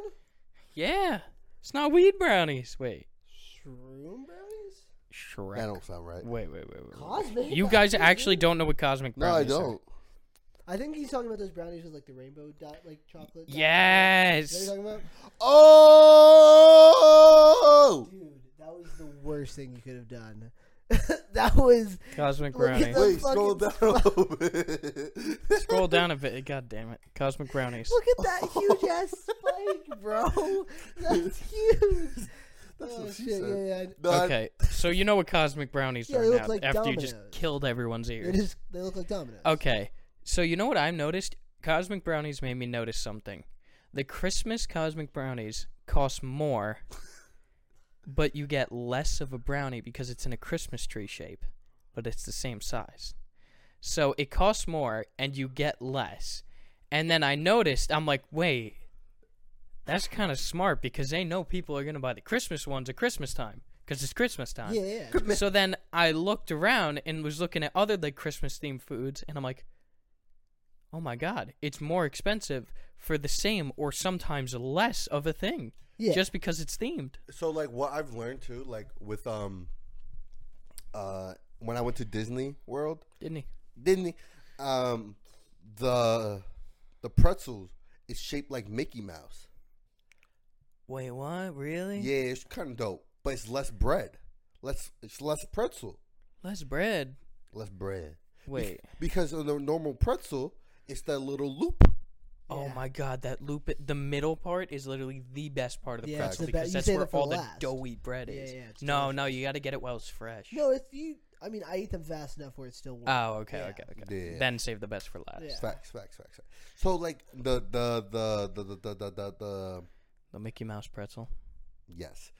A: yeah, it's not weed brownies. Wait,
C: Shroom brownies.
A: Shrek.
B: That don't sound right.
A: Wait, wait, wait, wait. wait.
C: Cosmic.
A: You guys actually don't know what cosmic
B: No, I
A: brownies are.
B: don't.
C: I think he's talking about those brownies with like the rainbow dot, like chocolate. dot- Is that what
A: Yes.
C: you're talking about?
B: Oh!
C: Dude, that was the worst thing you could have done. *laughs* that was
A: Cosmic
C: Look at
A: brownies.
C: the-
B: Wait, scroll down
C: fucking-
B: a little bit. *laughs*
A: Scroll down a bit. God damn it. Cosmic brownies.
C: look at that huge ass spike, bro. That's huge.
B: That's
C: oh
B: what she
C: shit!
B: said.
C: Yeah, yeah.
B: No, I-
A: okay, so you know what cosmic brownies
C: Yeah,
A: are
C: they look
A: now
C: like
A: after you just
C: dominoes.
A: killed everyone's
C: They
A: ears.
C: just they look like dominoes.
A: Okay, so you know what I've noticed? Cosmic brownies made me notice something. The Christmas cosmic brownies cost more, but you get less of a brownie because it's in a Christmas tree shape, but it's the same size. So it costs more and you get less. And then I noticed, I'm like, wait, that's kind of smart because they know people are going to buy the Christmas ones at Christmas time because it's Christmas time.
C: Yeah, yeah.
A: So then I looked around and was looking at other like Christmas themed foods, and I'm like, oh my god, it's more expensive for the same or sometimes less of a thing
C: Yeah.
A: just because it's themed.
B: So, like, what I've learned too, like, with, um, uh, when I went to Disney World,
A: Didn't he?
B: Disney, um, the, the pretzels is shaped like Mickey Mouse.
A: Wait, what? Really?
B: Yeah, it's kind of dope, but it's less bread. Less, it's less pretzel.
A: Less bread.
B: Less bread.
A: Wait.
B: Because on the normal pretzel, it's that little loop.
A: Oh
C: Yeah.
A: my god, that loop! The middle part is literally the best part of the
C: Yeah, it's
A: pretzel
C: the be-
A: because
C: you
A: that's
C: save
A: where
C: it for
A: all the
C: last.
A: doughy bread
C: Yeah,
A: is.
C: yeah, it's
A: no, no, you got to get it while it's fresh.
C: No, if you, I mean, I eat them fast enough where it's still warm.
A: Oh, okay,
C: Yeah.
A: okay, okay.
B: Yeah.
A: Then save the best for last.
C: Yeah.
B: Facts, facts, facts, facts. So like the the the the the the, the, the
A: The Mickey Mouse pretzel.
B: yes,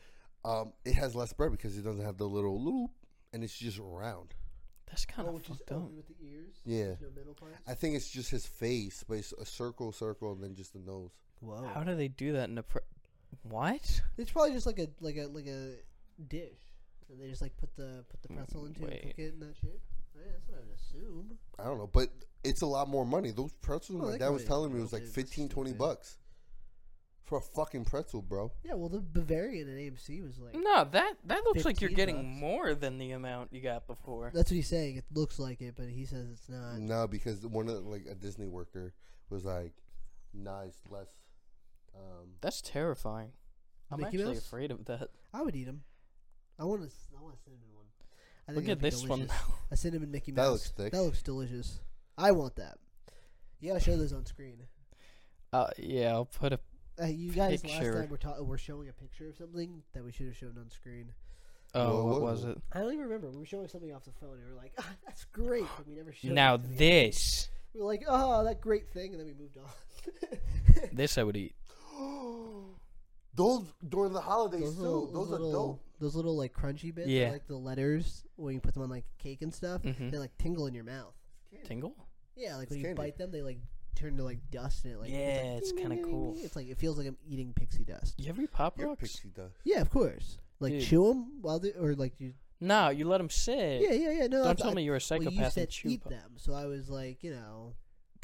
B: um, it has less bread because it doesn't have the little loop, and it's just round.
A: That's kind
C: oh,
A: of
C: just
A: fucked up.
C: open with the ears.
B: Yeah.
C: There's No middle parts.
B: I think it's just his face, but it's a circle, circle, and then just the nose.
C: Whoa.
A: How do they do that in a pre- what?
C: It's probably just like a like a like a dish, and they just like put the put the pretzel into it, and cook
A: wait.
C: it in that shape. Right, that's what I would assume.
B: I don't know, but it's a lot more money. Those pretzels,
C: Oh,
B: my
C: that
B: dad was
C: really
B: telling me, it
C: is
B: was like
C: stupid.
B: 15, 20 bucks for a fucking pretzel, bro.
C: Yeah, well, the Bavarian at AMC was like.
A: No, that that looks like you're
C: 15
A: getting
C: bucks.
A: more than the amount you got before.
C: That's what he's saying. It looks like it, but he says it's not.
B: No, because one of the- like a Disney worker was like, nice, less. Um,
A: That's terrifying. I'm
C: Mickey
A: actually
C: Mouse?
A: afraid of that.
C: I would eat them. I want a, s- I want a cinnamon one. I
A: Look
C: that'd
A: at
C: be
A: this one.
C: delicious. A cinnamon Mickey Mouse.
B: That looks thick.
C: That looks delicious. I want that. You gotta show those on screen.
A: *laughs* Uh, yeah, I'll put a.
C: Uh, you guys
A: Picture.
C: last time we're ta- we're showing a picture of something that we should have shown on screen.
A: Oh,
B: Whoa,
A: what
B: whoa,
A: was
B: whoa.
A: it?
C: I don't even remember. We were showing something off the phone, and we were like, ah, "That's great," but we never showed.
A: Now
C: it to the-
A: this,
C: We were like, "Oh, that great thing," and then we moved on. *laughs*
A: *laughs* this I would eat.
B: *gasps* those during the holidays
C: those
B: too.
C: little,
B: those
C: those little,
B: are dope.
C: Those little like crunchy bits, are
A: Yeah.
C: like the letters when you put them on like cake and stuff,
A: Mhm.
C: they like tingle in your mouth.
A: Tingle?
C: Yeah, like
B: It's
C: when you
B: candy.
C: bite them, they like turn to like dust, and it like
A: yeah, it's
C: ding,
A: kind of
C: ding, ding,
A: cool.
C: ding. It's like it feels like I'm eating pixie dust.
A: You ever eat Pop
B: Your
A: Rocks?
B: pixie
A: *laughs*
B: dust.
C: Yeah, of course. Like chew
A: Dude.
C: 'em chew them while they, or like you.
A: No, you let them sit.
C: Yeah, yeah, yeah. No,
A: Don't
C: I-
A: tell
C: I-
A: me you're a psychopath
C: Well, you said
A: and chew
C: eat
A: Pop-
C: them, so I was like, you know,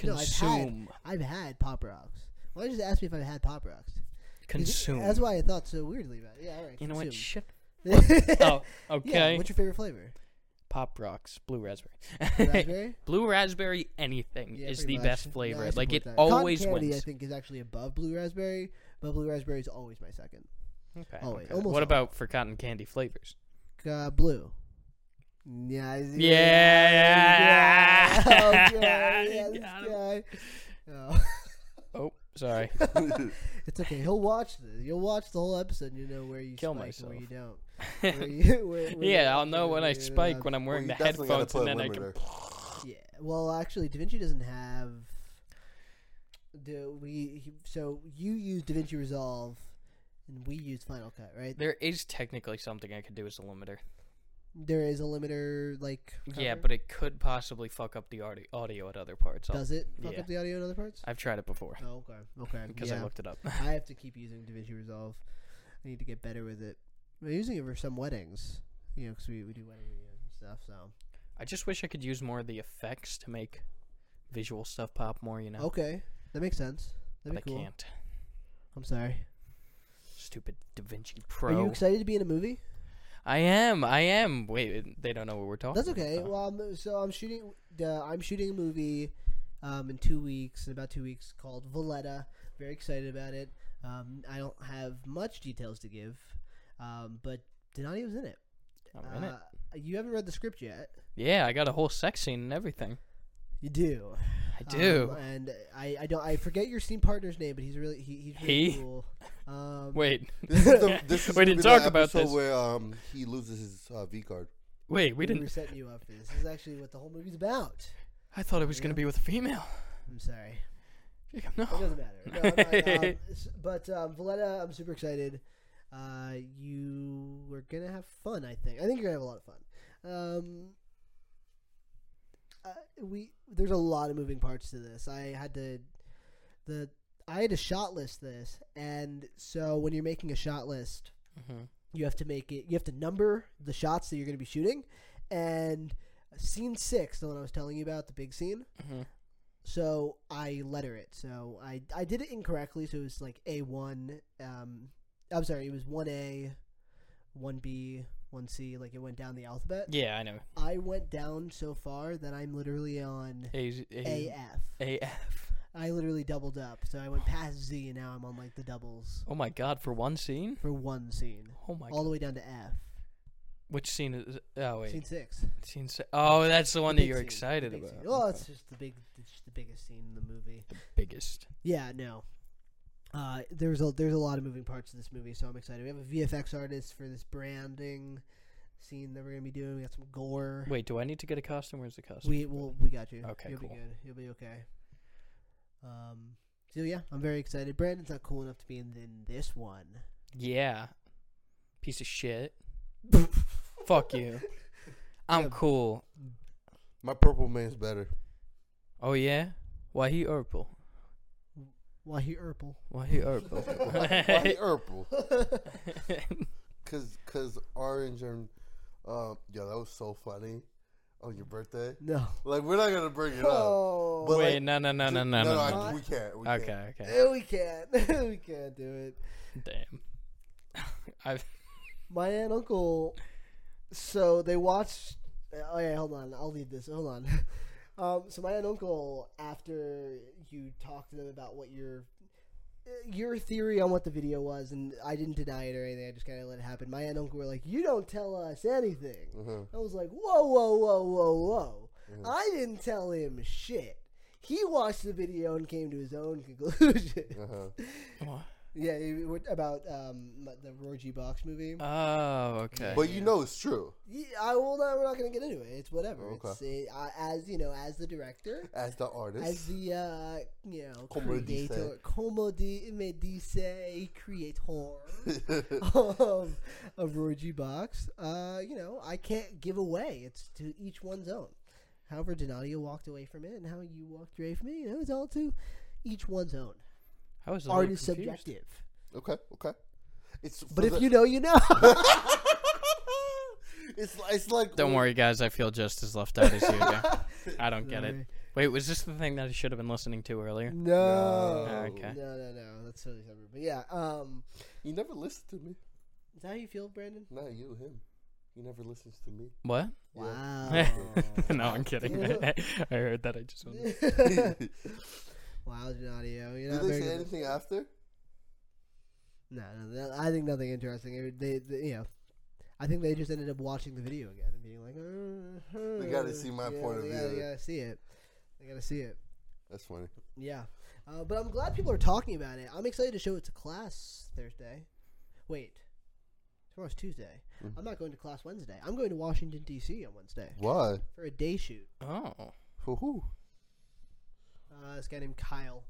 C: No, I've had-
A: Consume.
C: I've had pop rocks. Why don't you just ask me if I've had pop rocks?
A: Consume.
C: That's why I thought so weirdly about it. Yeah, all right.
A: You know what?
C: consume.
A: Shut.
C: yeah, *laughs*
A: Oh, okay.
C: What's your favorite
A: *laughs*
C: flavor?
A: Pop Rocks, blue raspberry. *laughs*
C: Raspberry.
A: blue raspberry, anything
C: Yeah,
A: is
C: pretty
A: the
C: much.
A: best
C: No, I
A: flavor.
C: support
A: like it
C: that. Cotton
A: always
C: candy, I
A: wins.
C: think is actually above blue raspberry, but blue raspberry is always my second.
A: Okay.
C: Always.
A: okay.
C: Almost
A: What about for cotton candy flavors?
C: Uh, blue. Yeah. I-
A: Yeah.
C: Yeah.
A: *laughs*
C: Oh, God, yeah, this
A: Got
C: guy. Oh,
A: Oh, sorry.
C: *laughs* it's okay. He'll watch this. You'll watch the whole episode. and You know where you
A: Kill
C: spike and where
A: myself.
C: you don't.
A: *laughs*
C: Where you- *laughs* where- where you
A: yeah, I'll
C: actually
A: know when I
C: really
A: spike
C: have-
A: when I'm
B: Well,
A: wearing
B: you
A: the
B: definitely gotta
A: headphones,
B: put
A: and
B: a
A: then I
B: limiter.
A: can. *laughs*
C: *laughs* Yeah. Well, actually, Da Vinci doesn't have. Do we? He, so you use Da Vinci Resolve, and we use Final Cut, right?
A: There is technically something I could do as a limiter.
C: There is a limiter, like
A: Yeah,
C: cover?
A: but it could possibly fuck up the audi- audio at other parts. I'll-
C: does it fuck
A: yeah.
C: up the audio in other parts?
A: I've tried it before
C: Oh, okay, okay.
A: because I
C: yeah.
A: looked it up. *laughs*
C: I have to keep using DaVinci Resolve. I need to get better with it. I'm using it for some weddings, you know, 'cause we, we do wedding videos and stuff. So
A: I just wish I could use more of the effects to make visual stuff pop more. You know,
C: okay, that makes sense. Oh, That'd
A: but I
C: be cool.
A: can't.
C: I'm sorry.
A: Stupid DaVinci
C: Are
A: Pro.
C: you excited to be in a movie?
A: I am. I am. Wait, they don't know what we're talking.
C: That's okay.
A: about.
C: Well, I'm, so I'm shooting. Uh, I'm shooting a movie um, in two weeks, in about two weeks, called Valletta. Very excited about it. Um, I don't have much details to give, um, but Donati was in it.
A: I'm in it.
C: Uh, You haven't read the script yet.
A: Yeah, I got a whole sex scene and everything.
C: You do.
A: I do.
C: Um, and I, I don't I forget your scene partner's name, but he's really he, he's really
A: He?
C: cool. Um,
A: Wait,
B: This
A: *laughs*
B: is the, this is
A: we
B: gonna
A: didn't
B: be
A: talk
B: the
A: about
B: episode
A: this.
B: Where um, he loses his uh, V card.
A: Wait, we
C: were
A: didn't.
C: setting you up for this. This is actually what the whole movie's about.
A: I thought it was gonna be with a female.
C: I'm sorry.
A: No.
C: It doesn't matter. No, I'm not, um, s- but um, Valletta, I'm super excited. Uh, you are gonna have fun. I think. I think you're gonna have a lot of fun. Um, uh, we there's a lot of moving parts to this. I had to the I had to shot list this, and so when you're making a shot list,
A: Mhm.
C: you have to make it you have to number the shots that you're going to be shooting and scene six the one i was telling you about the big scene
A: Mhm.
C: so i letter it so i i did it incorrectly so it was like a1 um i'm sorry it was 1a 1b 1c like it went down the alphabet
A: Yeah, I know.
C: i went down so far that i'm literally on
A: A- A-
C: af
A: AF.
C: i literally doubled up so i went past z and now i'm on like the doubles
A: Oh my god, for one scene?
C: for one scene
A: Oh my
C: all
A: god.
C: the way down to f
A: Which scene is Oh wait.
C: scene six
A: Scene se- Oh, that's the one
C: The
A: that
C: big
A: you're
C: scene,
A: excited
C: the big
A: about.
C: scene. Well,
A: Okay.
C: it's just the big, it's just the biggest scene in the movie.
A: the biggest.
C: Yeah, no. Uh, there's a there's a lot of moving parts to this movie, so I'm excited. We have a VFX artist for this branding scene that we're gonna be doing. We got some gore.
A: Wait, do I need to get a costume? Where's the costume?
C: We well, we got you.
A: Okay,
C: you'll
A: cool.
C: be good. You'll be okay. Um, so yeah, I'm very excited. Brandon's not cool enough to be in, in
A: *laughs*
C: this one.
A: Yeah. Piece of shit. Fuck
C: *laughs*
A: you. I'm
C: Yeah.
A: cool.
B: My purple man's
A: *laughs*
B: better.
A: Oh yeah? Why he purple?
C: Why he Urple?
A: Why he purple?
C: *laughs*
B: Why
A: *laughs*
B: purple? Cause, cause orange and um, yo, that was so funny on your birthday.
C: No.
B: Like we're not gonna bring it up.
C: Oh,
B: But,
A: Wait,
B: like,
A: no, *laughs* no, no, no,
B: Ju-
A: no, no.
B: I-
A: no.
B: we can't. We Can't.
A: Okay, okay.
C: Eh, we can't. *laughs* we can't do it.
A: Damn. *laughs* I've
C: my aunt and uncle so they watched oh yeah hold on i'll leave this hold on *laughs* um, so my aunt and uncle after you talked to them about what your your theory on what the video was and i didn't deny it or anything i just kind of let it happen my aunt and uncle were like you don't tell us anything
B: Mhm.
C: i was like whoa whoa whoa whoa whoa i didn't tell him shit he watched the video and came to his own conclusion
B: Uh-huh.
C: *laughs* yeah it- it- about um, the roy g box movie
A: Oh, okay.
B: But you know it's true.
C: Yeah, I will not. We're not going to get into it. It's whatever.
B: Okay.
C: It's it, I as you know, as the
B: *laughs*
C: director,
B: As the artist,
C: as the uh, you know
B: Como dice.
C: creator, como di, me dice
B: *laughs*
C: creator of of Roy G Box. Uh, you know, I can't give away. It's to each one's own. however Donadio walked away from it and how you walked away from it. You know, it's all to each one's own.
A: I was a
C: Art
A: little
C: is
A: confused.
C: subjective.
B: Okay, okay. It's for
C: But if
B: the-
C: you know, you know.
B: *laughs* it's it's like
A: Don't worry, guys. I feel just as left out as you
B: *laughs*
A: do. I don't get it. Wait, was this the thing that I should have been listening to earlier?
C: No.
B: No.
A: Okay.
C: No, no, no. That's totally separate. But yeah, um,
B: You never listen to me.
C: is that how you feel, Brandon?
B: Not you, him. He never listens
C: *laughs*
B: to me.
A: What?
B: *laughs*
C: Wow. *laughs*
A: *laughs* no, I'm kidding. *laughs* I heard that. I just wanted...
B: *laughs*
C: wow, Donadio. You're
B: Did
C: not
B: they
C: very
B: say
C: good.
B: anything after?
C: No, no, no, I think nothing interesting. It- They, they, you know, I think they just ended up watching the video again and being like, uh,
B: They gotta see my
C: yeah,
B: point of
C: they Gotta,
B: view.
C: they gotta see it. They gotta see it.
B: That's funny.
C: Yeah, uh, but I'm glad people are talking about it. I'm excited to show it to class Thursday. Wait, tomorrow's Tuesday.
B: Mm-hmm.
C: I'm not going to class Wednesday. I'm going to Washington D.C. on Wednesday
B: Why?
C: for a day shoot.
A: Oh,
B: Who?
C: Uh, this guy named Kyle.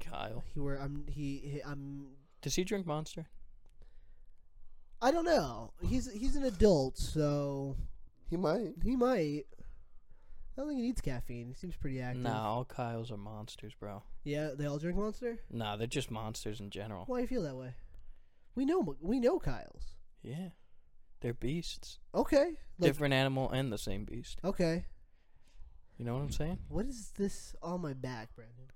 A: Kyle.
C: He were I'm he, he um, I'm
A: Does he drink Monster?
C: I don't know. He's he's an adult, so
A: *laughs*
B: He might. *laughs*
C: He might. I don't think he needs caffeine. He seems pretty active.
A: Nah, all Kyles are monsters, bro.
C: Yeah, they all drink Monster.
A: Nah, they're just monsters in general.
C: Why do you feel that way? We know Mo- we know Kyle's.
A: Yeah, they're beasts.
C: Okay. Like,
A: Different animal and the same beast.
C: okay.
A: You know what I'm saying?
C: What is this on my back, Brandon?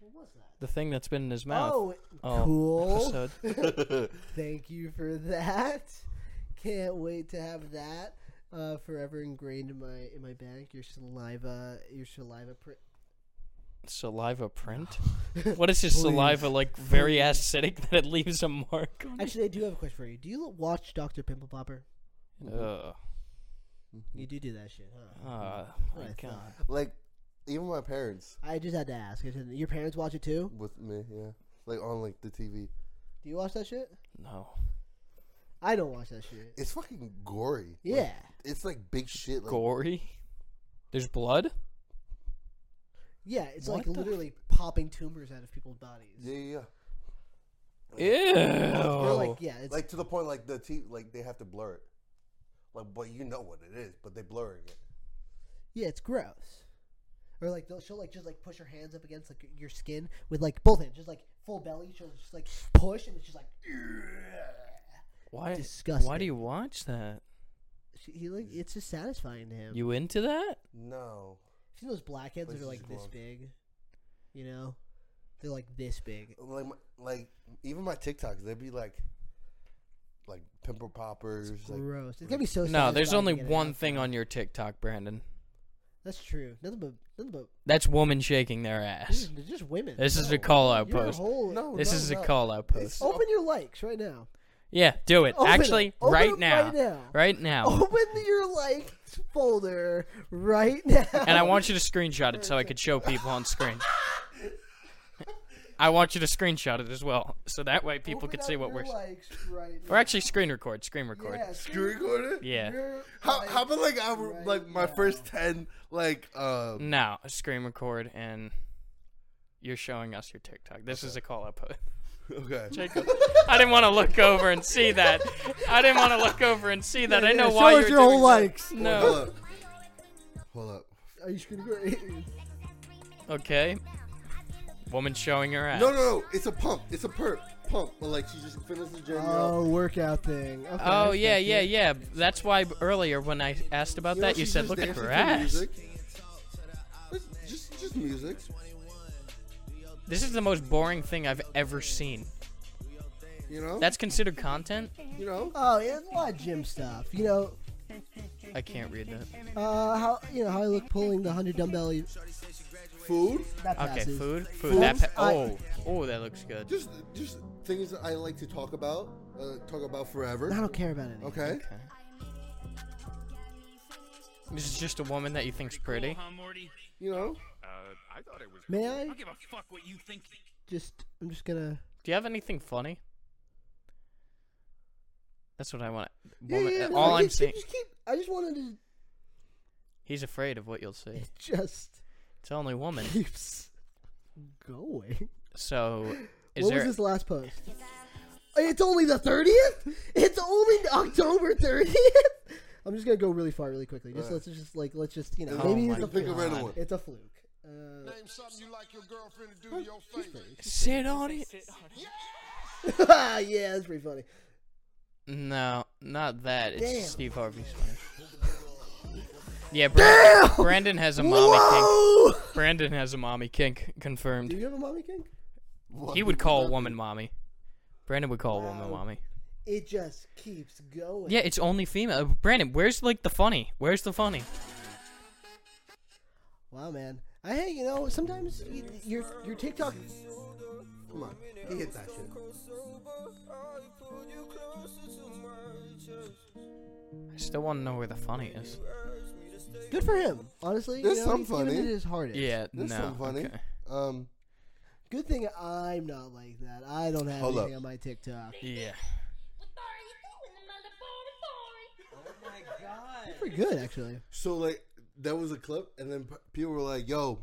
C: What was that?
A: The thing that's been in his mouth.
C: Oh,
A: all
C: cool.
A: episode.
C: Thank you for that. Can't wait to have that uh, forever ingrained in my in my back. Your saliva, your saliva print. *laughs*
A: Saliva print. *laughs* What is his saliva like? Very acidic that it leaves a mark. On
C: Actually, I do have a question for you. Do you watch Doctor Pimple Popper?
A: it? Ugh.
C: You do do that shit, huh?
A: Ah,
C: What
A: my
C: Oh, I
A: God.
C: thought.
B: like, even my parents
C: I just had to ask. I said, Your parents watch it too?
B: with me, yeah. Like on like the TV.
C: Do you watch that shit?
A: No.
C: I don't watch that shit.
B: It's fucking gory. Like,
C: Yeah.
B: it's like big shit. Like,
A: Gory. There's blood.
C: Yeah, it's
A: What
C: like
A: the-
C: literally popping tumors out of people's bodies.
B: yeah, yeah, yeah.
A: Ew.
C: Or
A: Oh.
C: like, yeah, it's
B: Like to the point, like the T, like they have to blur it. Like, but you know what it is, but they blurring it.
C: yeah, it's gross. Or like they'll, she'll like just like push her hands up against like your skin with like both hands, just like full belly. She'll just like push and
A: *laughs*
C: it's just like.
A: Why? Why
C: disgusting.
A: do you watch that?
C: She, he like it's just satisfying to him.
A: You into that?
B: No,
C: See those blackheads that
B: Places
C: are like
B: you
C: this
B: belong.
C: big, you know? They're like this big.
B: like, my, like even my TikToks, they'd be like, like pimple poppers. like,
C: Gross. It's gonna be so.
A: No, there's
C: satisfying to
A: only
C: get it
A: one
C: out.
A: thing on your TikTok, Brandon.
C: That's true. Nothing but nothing but
A: That's woman shaking their ass.
C: These are just women.
A: This is a
B: No.
A: call out
C: You're a
A: post.
C: whole-
B: No,
A: This
B: no,
A: is a
B: no.
A: call out
B: It's-
A: post.
C: Open your likes right now.
A: Yeah, do it.
C: Open
A: Actually,
C: it. Open
A: right,
C: it
A: now,
C: right now. Oh,
A: Right now.
C: Open your likes folder right now.
A: And I want you to screenshot it so I could show people on screen. I want you to screenshot it as well, so that way people
C: Open
A: can
C: up
A: see what
C: your
A: we're.
C: likes right
A: Or actually, screen record. Screen
C: now.
A: record.
C: Yeah,
B: Screen recorder?
A: Yeah.
C: your
B: How,
C: likes
B: how about like I were-
C: right
B: like my
C: now.
B: first ten like um *laughs*
A: No, screen record, and you're showing us your TikTok. This is a call out post.
B: okay
A: Jacob. I didn't want to look over and see that. I didn't want to look over and see that. I
C: Yeah,
A: know
C: show
A: why
C: us
A: you're
C: your whole
A: doing that.
C: likes.
B: *laughs* hold
A: No.
B: up hold up
C: Are you screen record?
A: Okay. Woman showing her ass.
B: no no no it's a pump it's a perp pump but like she just finished the journey
C: *laughs* Oh, workout thing. Okay,
A: Oh
C: I
A: yeah,
C: see.
A: yeah, yeah. That's why b- earlier when I asked about that, you said, "Look at her ass."
B: Just, just music.
A: This is the most boring thing I've ever seen.
B: You know.
A: That's considered content.
B: you know.
C: Oh yeah, a lot of gym stuff. You know,
A: I can't read that.
C: uh, how you know how I look pulling the hundred dumbbell. e-
B: Food.
C: That
A: Okay,
C: passes.
A: food, food. That
C: Foods,
A: pa-
C: I-
A: oh, oh, that looks good.
B: Just, just things that I like to talk about. Uh, talk about
C: I
B: forever.
C: don't care about it.
B: Okay.
A: Okay. This is just a woman that you think's pretty.
D: Huh, Morty?
B: You know.
D: Uh, I thought it was.
C: May
D: I
C: I
D: don't give a fuck what you think.
C: just? I'm just gonna.
A: Do you have anything funny? That's what I want.
C: Yeah,
A: Woman,
C: yeah,
A: uh,
C: no,
A: all
C: I
A: I'm
C: just-
A: saying,
C: Just keep, I just wanted to
A: he's afraid of what you'll see.
C: just
A: It's only woman.
C: keeps going.
A: So,
C: *laughs*
A: is
C: what
A: there?
C: was this last post? It's only the thirtieth. It's only October thirtieth. I'm just gonna go really far, really quickly. Just
B: Alright.
C: let's just like let's just you know
B: Oh
C: maybe
A: my
C: it's a
B: Think
C: fluke.
B: of anyone.
C: It's a fluke. Uh,
E: Name something you like your girlfriend to do to your face.
A: Sit on it.
C: *laughs* yeah, that's pretty funny.
A: No, not that. It's
C: Damn.
A: Steve Harvey's one. Yeah, Brandon, Brandon has a mommy kink.
C: Whoa!
A: Brandon has a mommy kink
C: Do
A: confirmed.
C: you have a mommy king?
A: He would call a woman mommy. Brandon would call a woman
C: Wow.
A: mommy.
C: It just keeps going.
A: Yeah, it's only female. Uh, Brandon, where's like the funny? Where's the funny?
C: Wow, man. I hey, you know, sometimes y your your TikTok.
B: Come on, he hit that shit.
A: I still want to know where the funny is.
C: Good for him, honestly.
B: There's
C: you know,
B: some
C: he's given
B: funny.
C: it his hardest.
A: Yeah,
B: This
A: no.
B: is funny.
A: okay.
B: Um,
C: Good thing I'm not like that. I don't have
B: Hold
C: anything
B: up.
C: on my TikTok.
A: Yeah.
C: Pretty good, actually.
B: so like that was a clip, and then p- people were like, "Yo,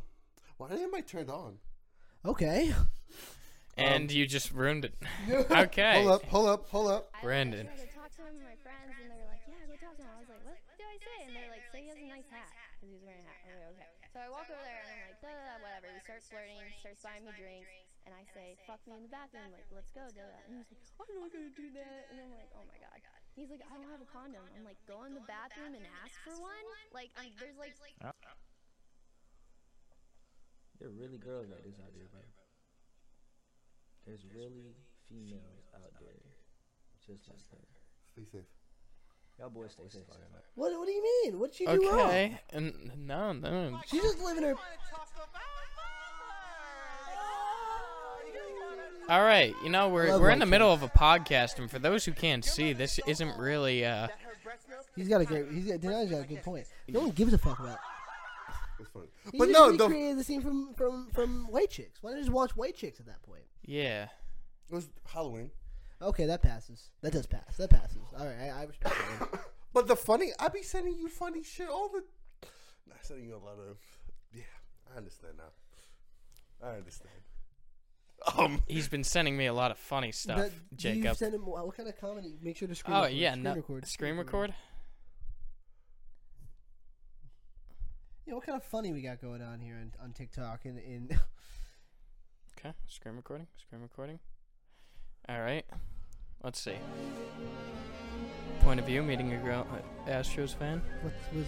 B: why didn't I turned on?" *laughs*
C: Okay.
A: And you just ruined
B: *laughs*
A: it. okay.
B: Um, Hold up, hold up, hold up.
F: I
A: Brandon.
F: I tried to talk to him and my friends, and they were like, "Yeah, go talk to him." I was like, "What do I say?" And they're like, "Say he has a nice hat," because he was wearing a hat. I was like, okay. So I walk over there and I'm like, "Da da da," whatever. He starts flirting, starts buying me drinks, and I say, "Fuck me in the bathroom," like, "Let's go," da da. And he's like, "I'm not gonna do that," and I'm like, "Oh my god." He's like, "I don't have a condom." I'm like, "Go in the bathroom and ask for one." Like, I'm, there's like
G: There are really girls like this out there, bro. There's really females out there, just like her.
B: Stay safe.
G: Y'all boys stay safe out here, man.
C: What What do you mean? What'd she do wrong?
A: Okay. And no, no.
C: She's just living her.
A: All right, you know we're
C: Love
A: we're in the
C: Minecraft.
A: middle of a podcast, and for those who can't see, this isn't really. Uh,
C: He's got a great. He's got, Denai's got a good point. No one gives a fuck about.
B: It's funny.
C: He
B: But
C: just
B: no, the,
C: recreated the scene from from from White Chicks. Why don't you just watch White Chicks at that point?
A: yeah.
B: it was Halloween.
C: Okay, that passes. That does pass. That passes. All right, I, I respect that. one.
B: But the funny, I be sending you funny shit all the. I sending you a lot of. Yeah, I understand now. I understand. Um,
A: He's been sending me a lot of funny stuff,
C: But do you
A: Jacob.
C: send him what what kind of comedy? Make sure to screen.
A: oh
C: record,
A: yeah,
C: screen
A: no.
C: record,
A: screen record.
C: Yeah, what kind of funny we got going on here on, on TikTok and *laughs* in
A: Okay, screen recording. Screen recording. All right. Let's see. Point of view: meeting a girl, uh, Astros fan.
C: what was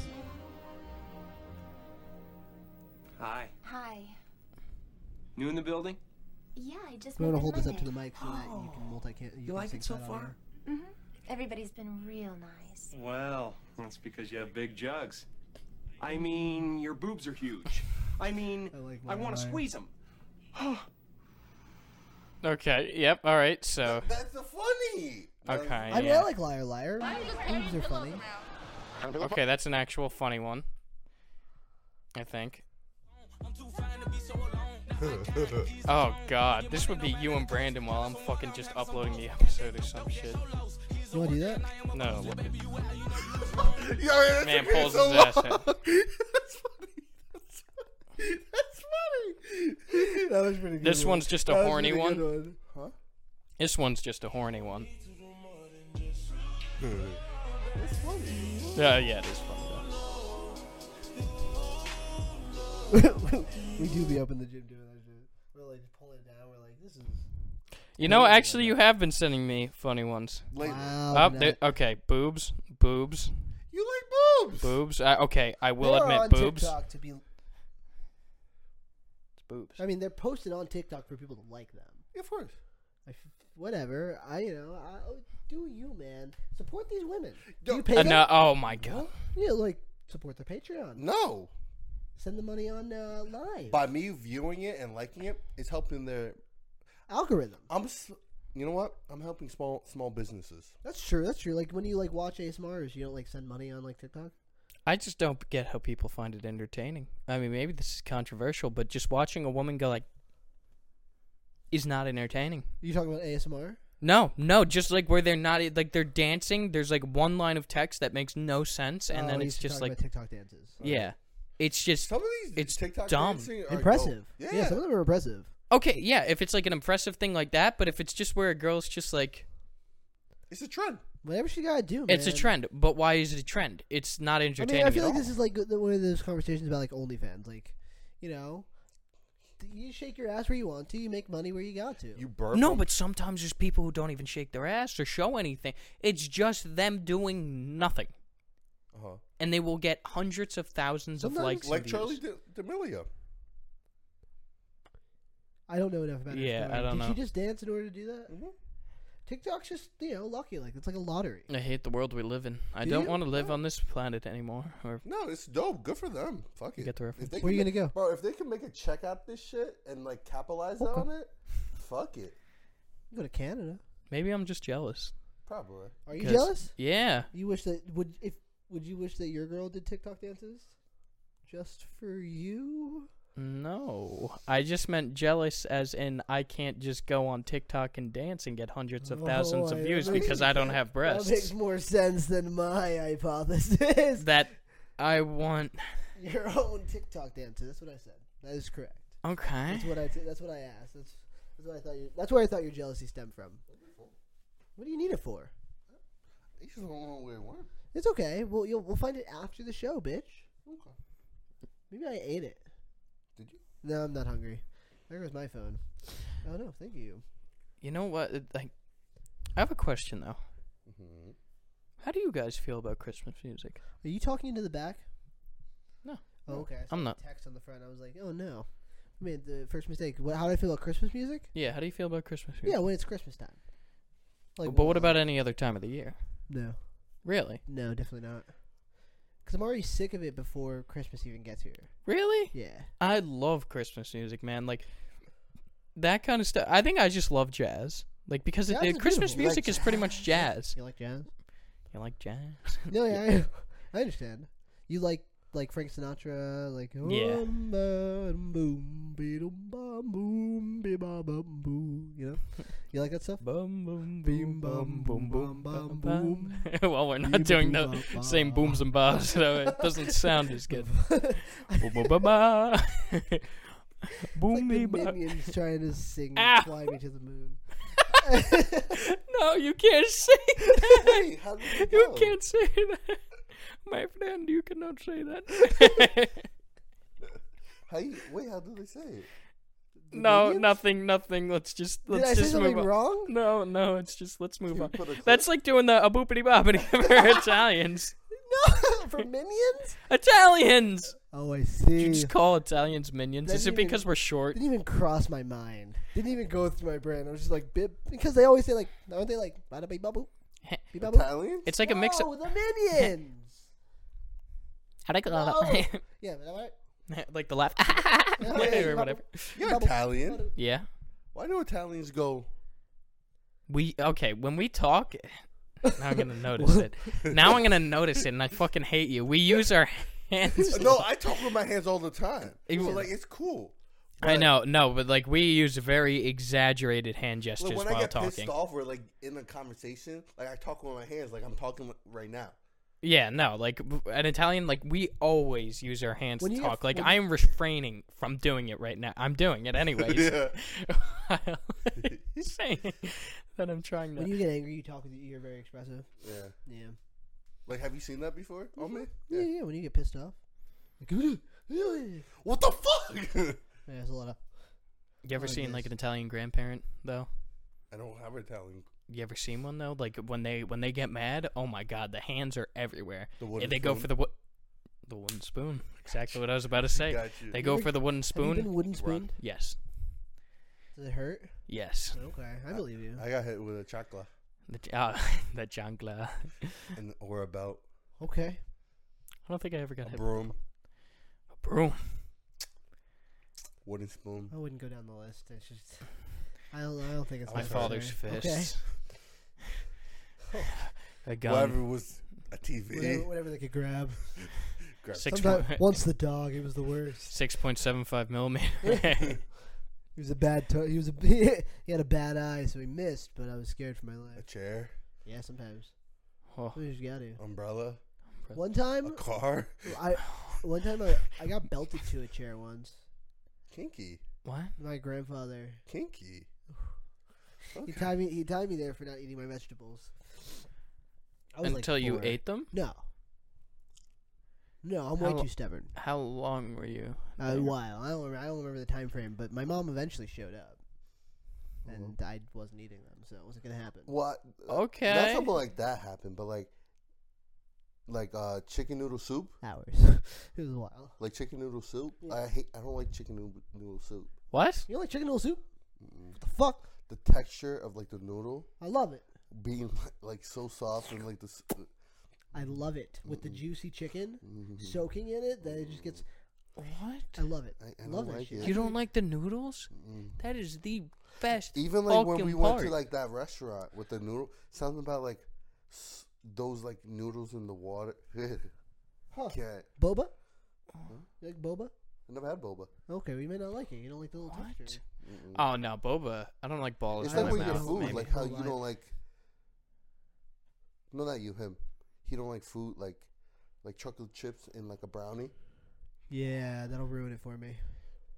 H: Hi.
F: hi.
H: New in the building?
F: Yeah, I just.
C: I'm gonna hold this up to the mic so that you
H: *gasps*
C: can multicast. You,
H: You
C: can
H: like
C: sync
H: it so
C: that on
H: far?
C: air.
F: Everybody's been real nice.
H: Well, that's because you have big jugs. I mean, your boobs are huge. I mean,
C: I
H: I,
C: like my
H: want to
C: line.
H: squeeze them.
A: Okay. Yep. All right. So.
B: that's the funny. *laughs*
A: Okay.
C: I mean, I
A: yeah.
C: like liar liar. Boobs are funny.
A: Okay, that's an actual funny one. I think. Oh god, this would be you and Brandon while I'm fucking just uploading the episode or some shit.
C: You wanna do that?
A: No, look at-
B: Yo, that's
A: Man
B: okay,
A: pulls
B: so
A: his ass
B: long.
A: out.
B: *laughs* that's funny. That's funny. That's funny.
C: That was pretty good.
A: this one's just a horny one.
B: Huh?
C: uh,
A: This one's just a horny one.
C: Hmm.
B: That's funny.
A: Yeah, Oh, yeah, it is funny. though.
C: *laughs* we do be up in the gym doing that shit. We're like pulling it down. We're like, this is.
A: You know, actually, you have been sending me funny ones.
B: Like,
A: Oh,
C: Wow.
A: there- okay, boobs, boobs,
B: you like boobs.
A: boobs. I, okay, I will
C: They're
A: admit
C: on
A: boobs.
C: TikTok to be,
A: Boobs.
C: I mean, they're posted on TikTok for people to like them.
B: Yeah, of course.
C: I f whatever. I you know. I, oh, do you man support these women? Do
B: Yo-
C: you pay
A: Uh,
C: them?
A: no, oh my god.
C: Yeah, like support their Patreon.
B: No.
C: Send the money on uh, live
B: By me viewing it and liking it, it's helping their.
C: algorithm.
B: I'm. s you know what? I'm helping small small businesses.
C: That's true. That's true. Like when you like watch ASMRs, you don't like send money on like TikTok.
A: I just don't get how people find it entertaining. I mean, maybe this is controversial, but just watching a woman go like is not entertaining.
C: You talking about ASMR?
A: No, no, just like where they're not e, like they're dancing. There's like one line of text that makes no sense, and
C: Oh,
A: then
C: you
A: it's
C: should
A: just
C: talk
A: like
C: about TikTok dances.
A: yeah, it's just
B: Some of these
A: It's
B: TikTok
A: dumb.
B: dancing are
C: Impressive.
B: dope.
C: Yeah.
B: Yeah.
C: some of them are impressive.
A: okay. Yeah, if it's like an impressive thing like that, but if it's just where a girl's just like
B: it's a trend.
C: Whatever she gotta do, Oh, man.
A: It's a trend, but why is it a trend? It's not
C: I
A: entertaining
C: mean, I feel
A: at
C: like
A: all.
C: this is like the- one of those conversations about like OnlyFans. Like, you know, th- you shake your ass where you want to, you make money where you got to.
B: You burp.
A: no,
B: on-
A: but sometimes there's people who don't even shake their ass or show anything. It's just them doing nothing,
B: Uh-huh.
A: and they will get hundreds of thousands of
C: Sometimes-
A: likes. and
B: like
A: views.
B: Charlie D- D'Amelio.
C: I don't know enough about her.
A: Yeah,
C: story.
A: I don't
C: Did she
A: know.
C: just dance in order to do that?
B: Mhm.
C: TikTok's just you know lucky. Like it's like a lottery.
A: I hate the world we live in. I
B: Do
A: Do not
B: you?
A: want to live
B: Oh.
A: on this planet anymore. Or
B: No, it's dope. Good for them. Fuck it.
A: Get the
B: If
A: reference.
B: they
C: Where
B: can
C: you
B: make-
C: gonna go?
B: bro? If they can make a check out this shit and like capitalize
C: Okay.
B: on it, fuck it.
C: You go to Canada.
A: maybe I'm just jealous.
B: Probably.
C: Are you
A: 'Cause-
C: jealous?
A: Yeah.
C: You wish that would if would you wish that your girl did TikTok dances just for you?
A: No, I just meant jealous, as in I can't just go on TikTok and dance and get hundreds of thousands
C: Oh,
A: of
C: I-
A: views
C: I
A: because
C: mean,
A: I don't have
C: *laughs* That makes
A: breasts.
C: more sense than my hypothesis.
A: That I want.
C: *laughs* your own TikTok dancer. That's what I said. That is correct.
A: Okay.
C: That's what I. T- that's what I asked. That's that's what I thought. You, that's where I thought your jealousy stemmed from. What do you need it for?
B: They just don't know where it went.
C: It's okay. We'll you'll, we'll find it after the show, bitch.
B: Okay.
C: Maybe I ate it.
B: Did you?
C: No, I'm not hungry. There goes my phone. Oh no, thank you.
A: You know what? it- Like, I have a question though.
B: Mhm.
A: How do you guys feel about Christmas music?
C: Are you talking into the back?
A: No.
C: Oh, okay. I saw
A: I'm
C: the
A: not.
C: Text on the front. I was like, oh no, I made the first mistake. What, how do I feel about Christmas music?
A: Yeah. How do you feel about Christmas music?
C: Yeah, when it's Christmas time. Like,
A: but what about any other time of the year?
C: no?
A: Really?
C: No, definitely not. Because I'm already sick of it before Christmas even gets here.
A: Really?
C: Yeah.
A: I love Christmas music, man. Like that kind of stuff. I think I just love jazz. Like because it,
C: Jazz
A: it-
C: is
A: Christmas
C: beautiful.
A: music is pretty much jazz.
C: You like jazz?
A: You like jazz?
C: No, yeah, I, I understand. You like like Frank Sinatra, like
A: Yeah.
C: um, bum, boom, be dum, bum, boom, be ba, bum, boo. You know, you like
A: *laughs*
C: that stuff.
A: Boom, boom,
C: Beam,
A: boom, boom, boom, boom,
C: bum,
A: bum,
C: bum, bum,
A: bum. *laughs* Well, we're
C: Beam,
A: not doing
C: boom,
A: the
C: ba,
A: same
C: ba.
A: booms and bars, so
C: *laughs*
A: it doesn't sound as good. Boom, boom, ba, ba.
C: It's
A: *laughs* Boom, Ah!
C: like the
A: me, ba.
C: minions trying to
A: *laughs*
C: sing
A: Ow.
C: "Fly Me to the
A: *laughs*
C: Moon."
A: No, you can't
C: *laughs*
A: say
B: Hey,
A: that.
B: how did it
A: You
B: go?
A: can't say that. My friend, you cannot say that.
C: *laughs*
B: How you? Wait, how do they say it?
A: No,
C: minions?
A: nothing, nothing. Let's just
C: Did
A: let's
C: I say
A: just
C: something
A: move on.
C: wrong?
A: No, no, it's just let's move
B: we
A: on.
B: put a clip?
A: That's like doing the a boopity boppity for Italians.
C: No, *laughs* for minions.
A: Italians.
C: Oh, I see.
A: You just call Italians minions. Is it
C: Doesn't even-
A: because we're short?
C: didn't even cross my mind. Didn't even go through my brain. I was just like, bip, because they always say like, aren't they like, bada bing,
A: *laughs*
C: babu, bing, babu?
B: Italian?
A: It's like a mix
C: No,
A: up.
C: the minions.
A: How do I call
C: No. yeah, but alright.
A: that? *laughs* like the laugh *laughs*
C: yeah,
A: or whatever.
B: You're Italian.
A: Yeah.
B: Why do Italians go?
A: We okay when we talk. Now I'm gonna notice it. Now I'm gonna notice it, and I fucking hate you. We use our hands.
B: *laughs* No, I talk with my hands all the time.
A: You-
B: So, like it's cool.
A: I know, no, but like we use very exaggerated hand gestures
B: Like when I
A: while
B: get
A: talking.
B: pissed off or like in a conversation, like I talk with my hands, like I'm talking right now.
A: Yeah, no, like w- an Italian, like we always use our hands
C: When
A: to
C: you get-
A: talk. Like
C: when-
A: I am refraining from doing it right now. I'm doing it anyways.
B: *laughs* Yeah.
A: *laughs* He's saying that I'm trying
C: When
A: to.
C: you get angry, you talk. with your- You're very expressive.
B: Yeah.
C: Yeah.
B: Like, have you seen that before? Oh man.
C: Yeah,
B: Yeah.
C: yeah. When you get pissed off, like, "Ugh, ugh."
B: What the *laughs* fuck?
C: Yeah, there's a lot of.
A: You ever
C: Oh,
A: seen like an
C: yes.
A: Italian grandparent though?
B: I don't have Italian.
A: You ever seen one though? Like when they when they get mad, oh my god, the hands are everywhere.
B: The
A: Yeah,
B: wooden
A: they go
B: spoon?
A: for the wo- the wooden spoon. Exactly what I was
C: *laughs*
A: about to say.
B: Got you.
A: They go
C: ever-
A: for the wooden
C: Have you
A: spoon.
C: been wooden
B: Run.
C: spoon?
A: Yes,
C: Does it hurt?
A: yes.
C: Okay, I believe you.
B: I got hit with a chakla
A: The j- *laughs* uh, the jungler.
B: and or a belt,
C: Okay.
A: I don't think I ever got
B: a
A: hit.
B: broom,
A: Broom.
B: wooden spoon.
C: I wouldn't go down the list. It's just. I don't. I don't think it's
A: My
B: Okay.
A: father's
C: necessary.
A: fists. A gun.
B: Whatever was a
C: Okay.
B: TV.
C: Whatever, whatever they could grab.
B: Grab
A: Six
C: Sometimes-
A: *laughs* point-
C: once the dog, it was the worst.
A: Six point seven five *laughs* millimeter.
C: He was a bad. To- he was a. *laughs* he had a bad eye, so he missed. But I was scared for my
B: a
C: life.
B: chair,
C: Yeah, sometimes.
A: oh,
C: Sometimes you gotta.
B: umbrella,
C: One
B: a
C: time,
B: car. *laughs*
C: I. One time, I, I got belted to a chair once.
B: Kinky,
A: what?
C: My grandfather.
B: kinky.
C: He
B: Okay.
C: tied me. He tied me there for not eating my vegetables. I was like
A: until you
C: four.
A: ate them?
C: No. No, I'm way
A: How-
C: too stubborn.
A: How long were you?
B: Uh,
C: A
A: there?
C: while. I don't. Remember, I don't remember the time frame, but my mom eventually showed up,
A: Mm-hmm.
C: and I wasn't eating them, so it wasn't gonna happen.
B: What?
A: Okay.
B: Not something like that happened, but like, like uh, chicken noodle soup.
C: Hours. *laughs* it was a while.
B: Like chicken noodle soup.
C: Yeah.
B: I hate. I don't like chicken noodle, noodle soup.
A: What?
C: You don't like chicken noodle soup? What the fuck?
B: The texture of like the noodle
C: I love it.
B: being *laughs* like so soft and like the s-
C: I love it with
A: Mm-hmm.
C: the juicy chicken soaking in it. That it just gets. I
A: What?
C: love it.
B: I- I
C: I,
B: don't
C: love that
B: like
C: shit.
B: it.
A: You don't like the noodles?
B: mm-hmm.
A: That is the best.
B: even like when
A: fucking
B: we went to
A: part.
B: like that restaurant with the noodle. Something about like s- those like noodles in the water. *laughs*
C: Huh.
B: Can't.
C: Boba. You like boba?
B: I never had boba.
C: Okay, we may not like it. You don't like the little texture.
A: Oh no, boba. I don't like balls.
B: It's
C: I
A: in my
C: don't
B: like with your
A: mouth,
B: food,
A: maybe.
B: like how
C: Don't
B: you
C: lie.
B: don't like. No, not you. Him. He don't like food like, like chocolate chips and like a brownie.
C: Yeah, that'll ruin it for me.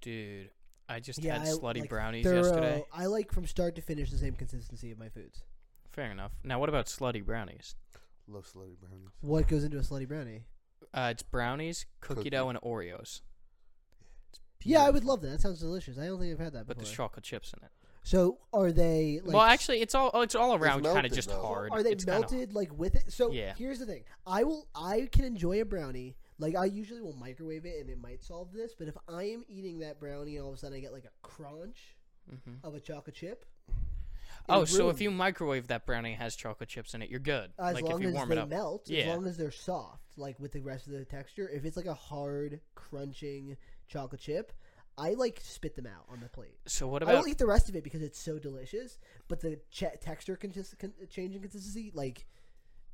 A: Dude, I just
C: yeah,
A: had
C: I
A: slutty
C: like
A: brownies
C: thorough-
B: uh,
A: yesterday.
C: I like from start to finish the same consistency of my foods.
A: Fair enough. Now, what about slutty brownies?
B: Love slutty brownies.
C: What goes into a slutty brownie?
A: Uh, it's brownies, cookie,
B: Cookie.
A: dough, and Oreos,
C: Yeah, I would love that. That sounds delicious. I don't think I've had that
A: Mm. but
C: before.
A: there's chocolate chips in it.
C: so are they like
A: well, actually, it's all oh, it's all around kind
B: melted,
A: of just
B: though.
A: hard.
C: are they
A: It's kinda-
C: melted like with it? So
A: Yeah.
C: here's the thing. I will I can enjoy a brownie. Like I usually will microwave it and it might solve this, but if I am eating that brownie and all of a sudden I get like a crunch
A: Mm-hmm.
C: of a chocolate chip.
A: Oh,
C: it
A: so if
C: ruins
A: you microwave that brownie, it has chocolate chips in it, you're good.
C: As
A: like
C: long
A: if you
C: as
A: warm
C: they
A: it up,
C: melt, as
A: yeah.
C: long as they're soft, like with the rest of the texture. If it's like a hard, crunching chocolate chip, I like spit them out on the plate.
A: so what
C: I
A: about
C: will eat the rest of it because it's so delicious, but the ch- texture consist- con- change in consistency like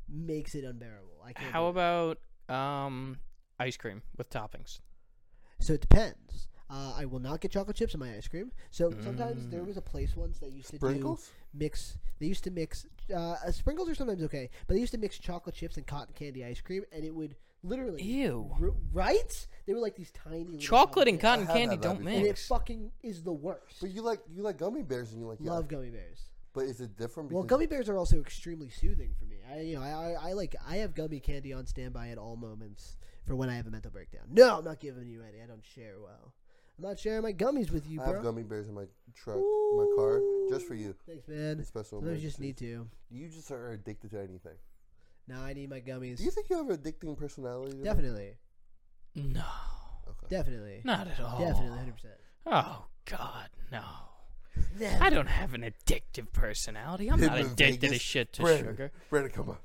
C: makes it unbearable. I can't.
A: how
C: do it.
A: about um ice cream with toppings?
C: So it depends. Uh, I will not get chocolate chips in my ice cream. So sometimes
A: Mm.
C: there was a place once that used to
B: Sprinkles?
C: do mix. They used to mix uh, uh, sprinkles are sometimes okay, but they used to mix chocolate chips and cotton candy ice cream, and it would literally
A: Ew.
C: r- right? They were like these tiny little
A: Chocolate and
C: chocolates,
A: cotton
B: had
A: candy
B: that
A: don't
B: before.
C: and it
A: mix.
C: fucking is the worst.
B: But you like you like gummy bears and you like yeah.
C: Love gummy bears.
B: But is it different?
C: Well,
B: because-
C: gummy bears are also extremely soothing for me. I, you know, I, I, I like, I have gummy candy on standby at all moments for when I have a mental breakdown. No, I'm not giving you any. I don't share well. I'm not sharing my gummies with you,
B: I
C: bro.
B: have gummy bears in my truck, in my car, just for you.
C: Thanks, man.
B: It's special
C: Sometimes you just need
B: emergencies.
C: to.
B: You just are addicted to anything.
C: No, I need my gummies.
B: Do you think you have an addicting personality? Dylan?
C: Definitely,
A: No,
C: definitely,
A: not at all.
C: definitely, hundred percent.
A: Oh God, no. I don't have an addictive personality. I'm not
B: Hidden in
A: addicted
B: Vegas.
A: to shit to
B: Brandon,
A: sugar.
B: Brandon, come on,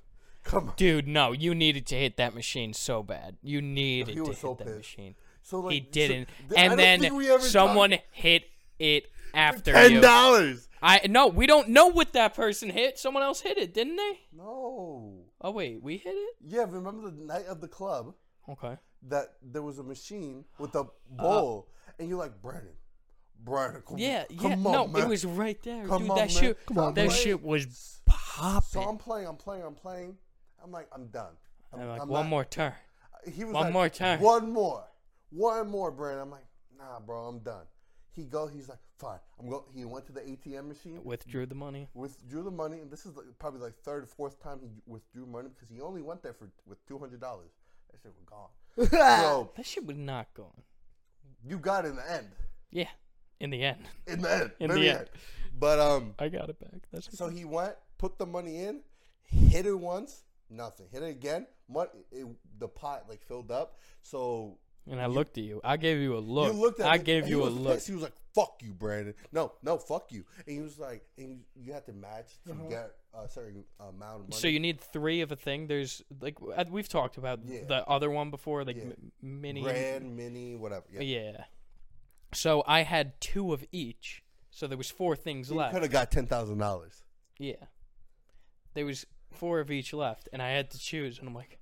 B: come on.
A: Dude, no, you needed to hit that machine so bad. You needed
B: He
A: to
B: was
A: hit
B: so
A: that
B: pissed.
A: machine.
B: So
A: he
B: like, so-
A: didn't.
B: th- I
A: and
B: don't think we
A: then
B: ever
A: someone
B: talked-
A: hit it after
B: ten
A: you.
B: dollars.
A: I no, we don't know what that person hit. Someone else hit it, didn't they?
B: No.
A: Oh wait, we hit it.
B: Yeah, remember the night of the club
A: Okay.
B: that there was a machine with a bowl, and you're like, Brandon, Brandon, come
A: Yeah,
B: on,
A: yeah.
B: come
A: no,
B: on,
A: it
B: man.
A: was right there,
B: Come
A: dude.
B: on,
A: that
B: man.
A: shit,
B: Come on,
A: that
B: man.
A: shit was popping.
B: So I'm playing, I'm playing, I'm playing. I'm like, I'm done. I'm,
A: And, like
B: I'm
A: one
B: not-
A: more turn.
B: He was
A: one
B: like,
A: more time.
B: One more, one more, Brandon. I'm like, nah, bro, I'm done. He go, he's like, fine, I'm go. He went to the ATM machine.
A: Withdrew the money.
B: withdrew the money, and this is like, probably like third, or fourth time he withdrew money because he only went there for with two hundred dollars. That shit was gone. so
A: That shit was not going.
B: you got it in the end,
A: Yeah, in the end, *laughs*
B: in the end,
A: In
B: very
A: the end.
B: But um,
A: I got it back. That's
B: so he went, put the money in, hit it once, nothing. Hit it again, money. It, the pot like filled up. So
A: And I looked at you. I gave you a look.
B: you looked at
A: I
B: me,
A: gave
B: and
A: you
B: he
A: a
B: was
A: look.
B: pissed. He was like, "Fuck you, Brandon. No, no, fuck you." And he was like, "And you, you have to match to get a certain amount of money."
A: So you need three of a thing. There's like w- uh, we've talked about
B: Yeah.
A: the other one before, like
B: Yeah.
A: m- mini.
B: grand, mini, whatever. Yeah.
A: Yeah. So I had two of each. So there was four things
B: You
A: left.
B: could have got ten thousand dollars.
A: Yeah. There was four of each left, and I had to choose. And I'm like,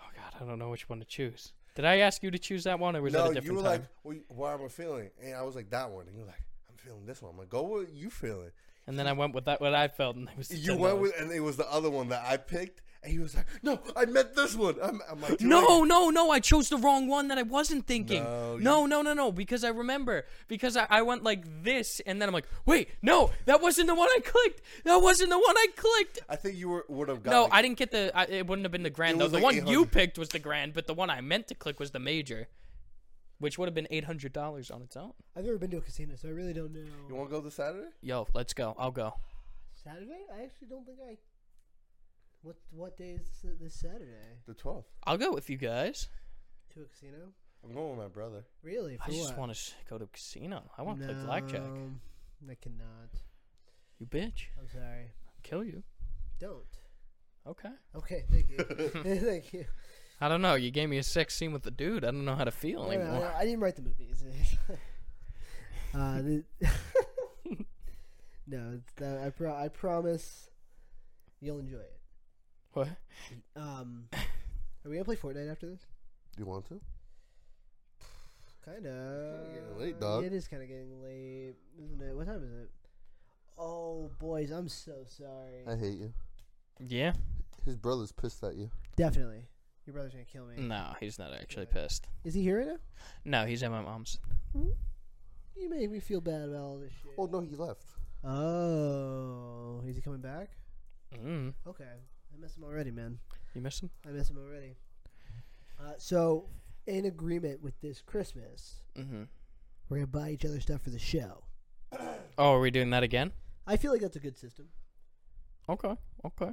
A: oh god, I don't know which one to choose. Did I ask you to choose that one, or was that
B: No,
A: a
B: you
A: different
B: were
A: time?
B: like, well, "Why am I feeling?" And I was like, "That one." And you were like, "I'm feeling this one." I'm like, "Go with you feeling."
A: and then I went with that what I felt, and that was the
B: You
A: $10.
B: went with, and it was the other one that I picked, And he was like, "No, I meant this one." I'm, I'm like, "Too
A: No,
B: late."
A: no, no, I chose the wrong one that I wasn't thinking.
B: No,
A: No,
B: you-
A: no, no, no, because I remember. Because I, I went like this, and then I'm like, wait, no, that wasn't the one I clicked. That wasn't the one I clicked.
B: I think you were would have
A: No,
B: gotten.
A: I didn't get the. I, it wouldn't have been the grand,
B: It
A: though.
B: was
A: The
B: like
A: one you
B: 800.
A: picked was the grand, but the one I meant to click was the major, which would have been $800 on its own.
C: I've never been to a casino, so I really don't
B: You
C: know.
B: want to go this Saturday?
A: Yo, let's go. I'll go.
C: Saturday? I actually don't think I. What what day is this, this Saturday?
B: The twelfth.
A: I'll go with you guys.
C: To a casino?
B: I'm going with my brother.
C: Really?
A: I
C: For
A: just
C: what?
A: want to go to a casino. I want to play blackjack.
C: No, I cannot.
A: You bitch.
C: I'm sorry.
A: Kill you.
C: Don't.
A: Okay.
C: Okay, thank
B: *laughs*
C: you. *laughs* thank you.
A: I don't know. You gave me a sex scene with the dude. I don't know how to feel
C: No, no,
A: anymore.
C: no, I didn't write the movies. *laughs* uh, the *laughs* no, it's the, I pro- I promise you'll enjoy it.
A: What?
C: Um, are we gonna play Fortnite after this?
B: Do you want to?
C: Kind
B: getting
C: of.
B: late, dog.
C: It is kind of getting late, isn't it? What time is it? Oh, boys, I'm so sorry.
B: I hate you.
A: Yeah.
B: His brother's pissed at you.
C: Definitely, your brother's gonna kill me.
A: No, he's not actually pissed.
C: Is he here right now?
A: No, he's at my mom's.
C: You make me feel bad about all this shit.
B: Oh no, he left.
C: Oh, is he coming back?
A: Mm.
C: Okay, I miss him already, man.
A: You miss him?
C: I miss him already. Uh, so, in agreement with this Christmas,
A: Mm-hmm.
C: we're gonna buy each other stuff for the show.
A: Oh, are we doing that again?
C: I feel like that's a good system.
A: Okay. Okay.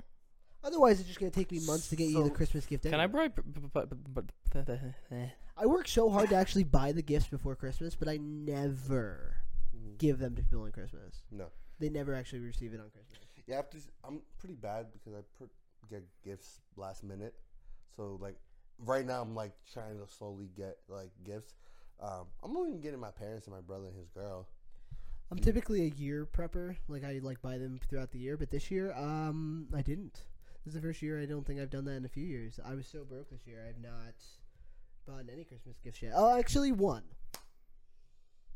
C: Otherwise, it's just gonna take me months to get you the
B: So,
C: Christmas gift.
A: Can I buy?
C: anyway.
A: b- b- b- b- b- b- eh.
C: I work so hard to actually buy the gifts before Christmas, but I never
B: Mm.
C: give them to people on Christmas.
B: No.
C: They never actually receive it on Christmas.
B: Yeah, I have to, I'm pretty bad because I pr- get gifts last minute. So like right now, I'm like trying to slowly get like gifts. Um, I'm only getting my parents and my brother and his girl.
C: I'm typically a year prepper. Like I like buy them throughout the year, but this year, um, I didn't. This is the first year I don't think I've done that in a few years. I was so broke this year. I've not bought any Christmas gift yet. Oh, actually, one.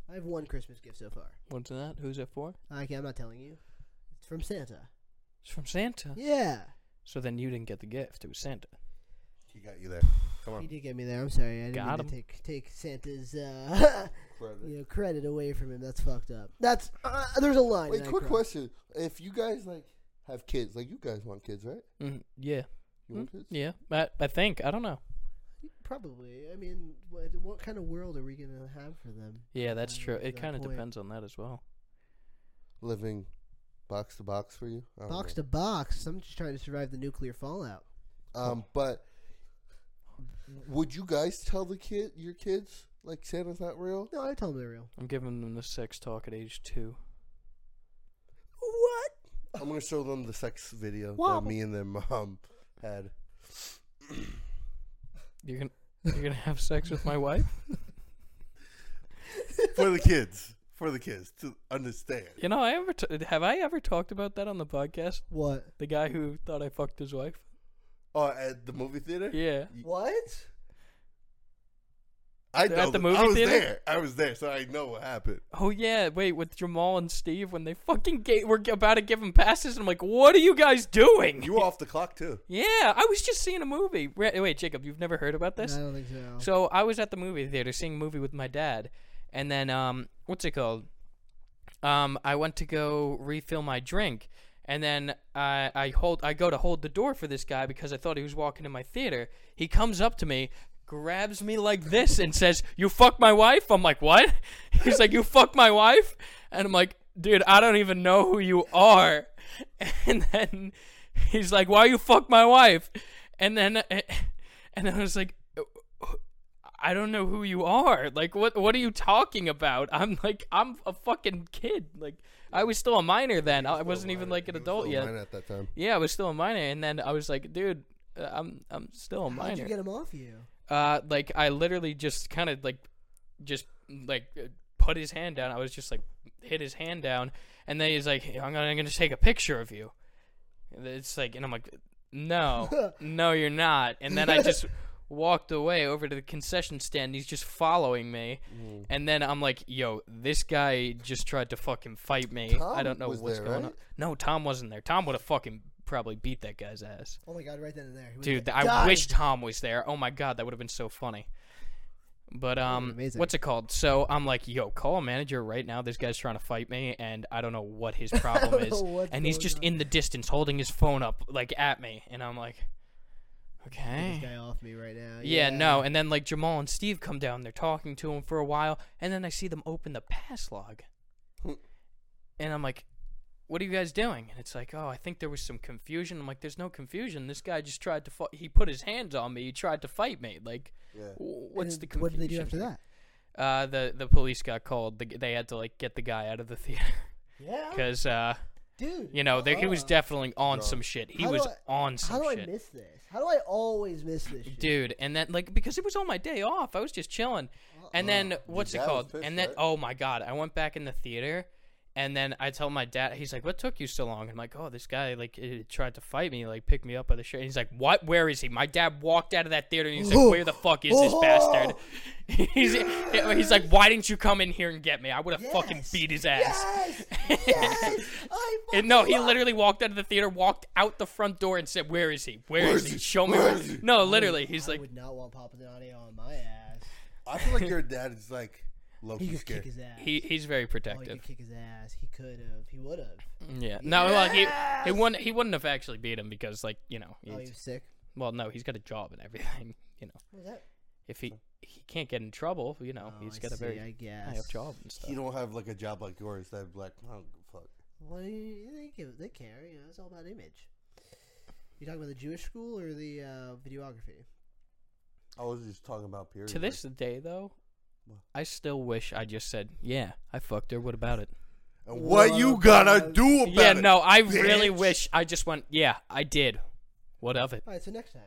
C: I have one Christmas gift so far.
A: *laughs* What's that? Who's it for?
C: Okay, I'm not telling you. It's from Santa.
A: It's from Santa.
C: Yeah,
A: So then you didn't get the gift. It was Santa.
B: He got you there. Come
C: he
B: on.
C: did get me there. I'm sorry. I didn't
A: Got
C: mean to
A: him.
C: take take Santa's uh, *laughs*
B: Brother.
C: you know, credit away from him. That's fucked up. That's uh, there's a line.
B: Wait,
C: that I
B: quick
C: crossed.
B: question: If you guys like have kids, like you guys want kids, right?
A: Mm, yeah.
B: You want
C: Hmm?
B: kids?
A: Yeah. I, I think. I don't know.
C: Probably. I mean, what, what kind of world are we gonna have for them?
A: Yeah, that's
C: Uh,
A: true. It
C: good
A: kind of
C: point.
A: depends on that as well.
B: Living box to box for you. I don't
C: Box
B: know.
C: to box. I'm just trying to survive the nuclear fallout.
B: Um, but would you guys tell the kid your kids like Santa's not real?
C: No, I tell them they're real.
A: I'm giving them the sex talk at age two.
C: What?
B: I'm gonna show them the sex video
C: Wobble.
B: that me and their mom had. *clears throat*
A: You're gonna you're gonna have sex *laughs* with my wife?
B: *laughs* for the kids, for the kids to understand.
A: You know, I ever t- have I ever talked about that on the podcast?
C: What?
A: The guy who thought I fucked his wife.
B: Oh, at the movie theater.
A: Yeah.
C: What?
B: I
A: At
B: know.
A: the
B: that-
A: movie
B: I was
A: theater?
B: there. I was there, so I know what happened.
A: Oh yeah. Wait, with Jamal and Steve when they fucking gate were about to give him passes, and I'm like, what are you guys doing?
B: You were off the clock too.
A: yeah, I was just seeing a movie. Wait, wait, Jacob, you've never heard about this?
C: I don't think so.
A: So I was at the movie theater seeing a movie with my dad, and then um, what's it called? Um, I went to go refill my drink, and then I I hold I go to hold the door for this guy because I thought he was walking in my theater. He comes up to me, grabs me like this, and says, "You fuck my wife." I'm like, "What?" *laughs* He's like, "You fuck my wife," and I'm like, "Dude, I don't even know who you are." *laughs* And then he's like, "Why you fuck my wife?" And then *laughs* and I was like. I don't know who you are. Like, what what are you talking about? I'm like, I'm a fucking kid. Like, I was still a minor then. I wasn't even like an adult yet.
B: Mine at that time.
A: Yeah, I was still a minor, and then I was like, dude, uh, I'm I'm still a
C: How'd you
A: minor.
C: get him off you?
A: uh, like, I literally just kind of like, just like uh, put his hand down. I was just like, hit his hand down, and then he's like, "Hey, I'm gonna I'm gonna take a picture of you. And It's like, and I'm like,
B: *laughs*
A: no, no, you're not. And then I just walked away over to the concession stand. He's just following me,
B: Mm.
A: and then I'm like, yo, this guy just tried to fucking fight me. I
B: Tom
A: don't know
B: was
A: what's
B: there,
A: going
B: right?
A: on. No, Tom wasn't there. Tom would have fucking probably beat that guy's ass.
C: Oh my god, right then and there. He would've
A: Dude, th- I
C: died.
A: wish Tom was there. Oh my god, that would have been so funny. But um,
C: amazing.
A: what's it called? So I'm like, yo, call a manager right now. This guy's trying to fight me, and I don't know what
C: *laughs*
A: his problem
C: don't
A: is.
C: know what's
A: And he's
C: going
A: just
C: on.
A: in the distance, holding his phone up, like at me, and I'm like,
C: Get
A: okay.
C: this guy off me right now.
A: Yeah, no. And then like Jamal and Steve come down, they're talking to him for a while, and then I see them open the pass log.
C: Hmm.
A: and I'm like, what are you guys doing? And it's like, oh, I think there was some confusion. I'm like, there's no confusion. This guy just tried to fight. He put his hands on me. He tried to fight me. Like,
B: Yeah.
A: wh- what's
C: And
A: the confusion?
C: What did they do after that?
A: Uh, the the police got called. The, g- they had to like get the guy out of the theater *laughs*
C: Yeah,
A: because uh,
C: dude.
A: you know, they, he was
C: uh,
A: definitely on some shit. He
C: How do
A: was
C: I-
A: on some
C: How do
A: shit.
C: I miss this? How do I always miss this? Shit?
A: dude and then like because it was on my day off i was just chilling and then what's
B: dad
A: it
B: was
A: called
B: pissed,
A: and then
B: right?
A: oh my god i went back in the theater and then i tell my dad he's like what took you so long i'm like oh this guy like eh, tried to fight me like picked me up by the shirt and he's like what where is he my dad walked out of that theater and he's like where the fuck is this bastard *laughs* he's, he's like why didn't you come in here and get me i would have fucking
C: Yes.
A: beat his ass
C: Yes, yes.
A: *laughs*
C: I
A: and no,
C: fucking
A: he
C: love-
A: literally walked out of the theater, walked out the front door, and said, "Where is he? Where is he? Show me." Where No, literally, he's
C: I
A: like,
C: would not want Papa Donio on my ass.
B: I feel like your dad is like low
C: He
B: key
C: could kick
B: scared.
C: his ass.
A: he he's very
C: oh, he
A: protective.
C: could kick his ass. He could have. He Oh, would have.
A: Yeah. No, well, he he wouldn't he wouldn't have actually beat him because like you know,
C: Oh, he
A: he's-
C: was sick.
A: well, no, he's got a job and everything. *laughs* You know,
C: What was that?
A: if he he can't get in trouble, you know,
C: Oh,
A: he's
C: I
A: got a
C: see,
A: very
C: I guess.
A: high up job and stuff.
B: You don't have like a job like yours that like I don't give a fuck.
C: Well, you- they give, they care. You know, it's all about image. You talking about the Jewish school or the uh, videography?
B: I was just talking about period.
A: To this day, though, I still wish I just said, "Yeah, I fucked her. What about it?"
B: And what you gotta do about
A: yeah,
B: it?
A: no, I really
B: bitch.
A: wish I just went, "Yeah, I did. What of it?"
C: All right, so
A: *laughs*
C: next time.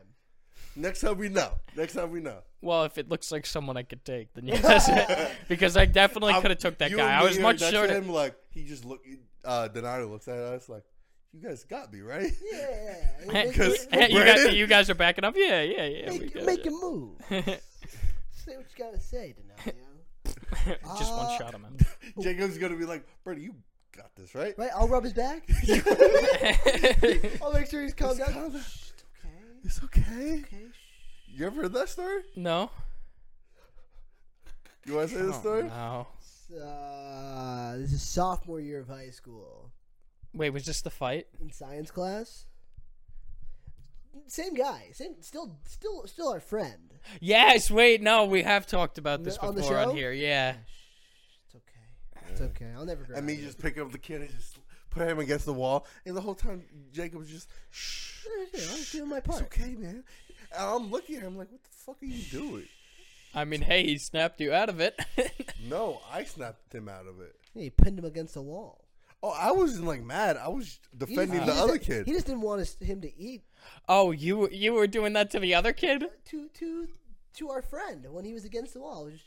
B: Next time we know. Next time we know.
A: Well, if it looks like someone I could take, then yes, *laughs* because I definitely
B: I'm-
A: could have took that
B: you
A: guy.
B: and
A: I
B: me
A: was
B: are
A: much
B: next to
A: shorter.
B: Him, like he just look. Uh, Donato looks at us like, "You guys got me right."
C: Yeah,
A: Hey,
C: make,
A: you,
B: Because-
C: make,
A: guys, you guys are backing up. Yeah, yeah, yeah. we
C: make,
A: got it.
C: make a move. say what you gotta say, Denali.
A: *laughs* just one
C: Uh,
A: shot him out.
B: *laughs* Jacob's gonna be like, "Brody, you got this right." *laughs*
C: Right, I'll rub
A: *laughs*
C: his back. I'll make sure he's calmed down. Shh, it's okay.
B: It's okay.
C: Okay. Shh.
B: You ever heard that story?
A: no.
B: You want to
C: Oh,
B: say the story?
A: No.
C: Uh, this is sophomore year of high school
A: Wait, was this the fight?
C: in science class. Same guy, same, still, still, still our friend.
A: Yes. Wait. No, we have talked about this
C: The- on the
A: before on,
C: show?
A: here. Yeah.
C: It's okay. It's okay. I'll never.
B: And me just pick up the kid and just put him against the wall. And the whole time, Jacob's just, "Shh,
C: Yeah, I was doing my
B: it's
C: part.
B: okay, man." And I'm looking at him like, "What the fuck are you doing?"
A: I mean, hey, he snapped you out of it. *laughs*
B: No, I snapped him out of it.
C: Yeah, he pinned him against the wall.
B: Oh, I wasn't like mad. I was
C: He just-
B: defending
C: he
B: the
C: just-
B: other kid.
C: He just didn't want us, him to eat
A: oh, you were- you were doing that to the other kid?
C: to to to our friend when he was against the wall. It was-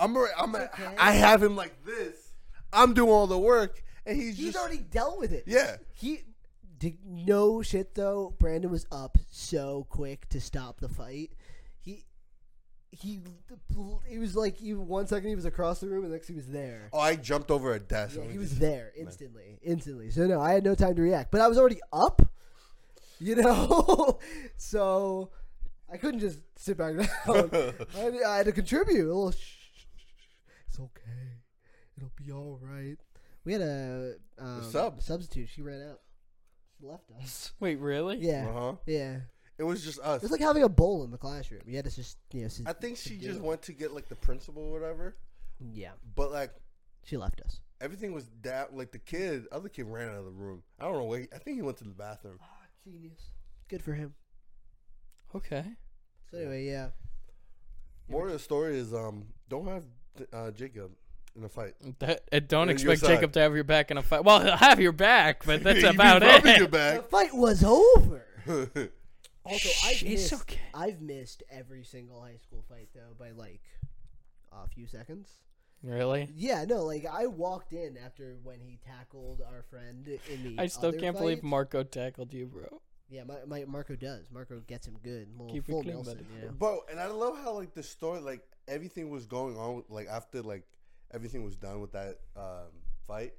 B: I'm, alre- I'm,
C: It's okay.
B: I have him like this. I'm doing all the work, and he's,
C: He's
B: just
C: already dealt with it.
B: yeah.
C: He did no shit though. Brandon was up so quick to stop the fight. He he it was like he, one second he was across the room and next he was there.
B: Oh, I jumped over a desk.
C: Yeah,
B: and
C: he
B: we *laughs*
C: was
B: just-
C: there instantly, instantly. So no, I had no time to react, but I was already up, you know. *laughs* so I couldn't just sit back down.
B: *laughs* Uh-huh.
C: I, had, I had to contribute a little. Shh, shh, shh, shh. It's okay. It'll be all right. We had a um,
B: sub.
C: substitute. She ran out. She left *laughs* us.
A: Wait, really?
C: Yeah,
B: Uh-huh.
C: yeah.
B: It was just
C: It
B: us.
C: was like having a bowl in the classroom. You had to just you know. sit-
B: I think she just
C: do.
B: went to get like the principal or whatever.
C: Yeah,
B: But like
C: she left us.
B: everything was that like the kid, other kid ran out of the room. I don't know where. He, I think he went to the bathroom.
C: Genius. Good for him.
A: Okay.
C: So anyway, yeah.
B: More of the story is um don't have uh, Jacob in a fight.
A: That, uh, don't
B: your
A: expect
B: side.
A: Jacob to have your back in a fight. Well, he'll have your back, but
B: *laughs*
A: that's
B: He'd be
A: about
B: rubbing your
A: it.
C: The
B: back.
C: fight was over. *laughs*
B: *laughs* yeah,
C: Also, I've
A: Shh, it's
C: missed,
A: okay.
C: I've missed every single high school fight though by like a few seconds.
A: *laughs* Really?
C: Yeah, no, like I walked in after when he tackled our friend in the.
A: I still
C: other
A: can't believe
C: fight.
A: Marco tackled you, bro.
C: Yeah, my, my Marco does. Marco gets him good. Little
A: Keep it
C: full
A: clean,
C: Nelson,
A: buddy.
C: you know?
B: bro. And I love how like the story, like everything was going on, like after like everything was done with that um fight.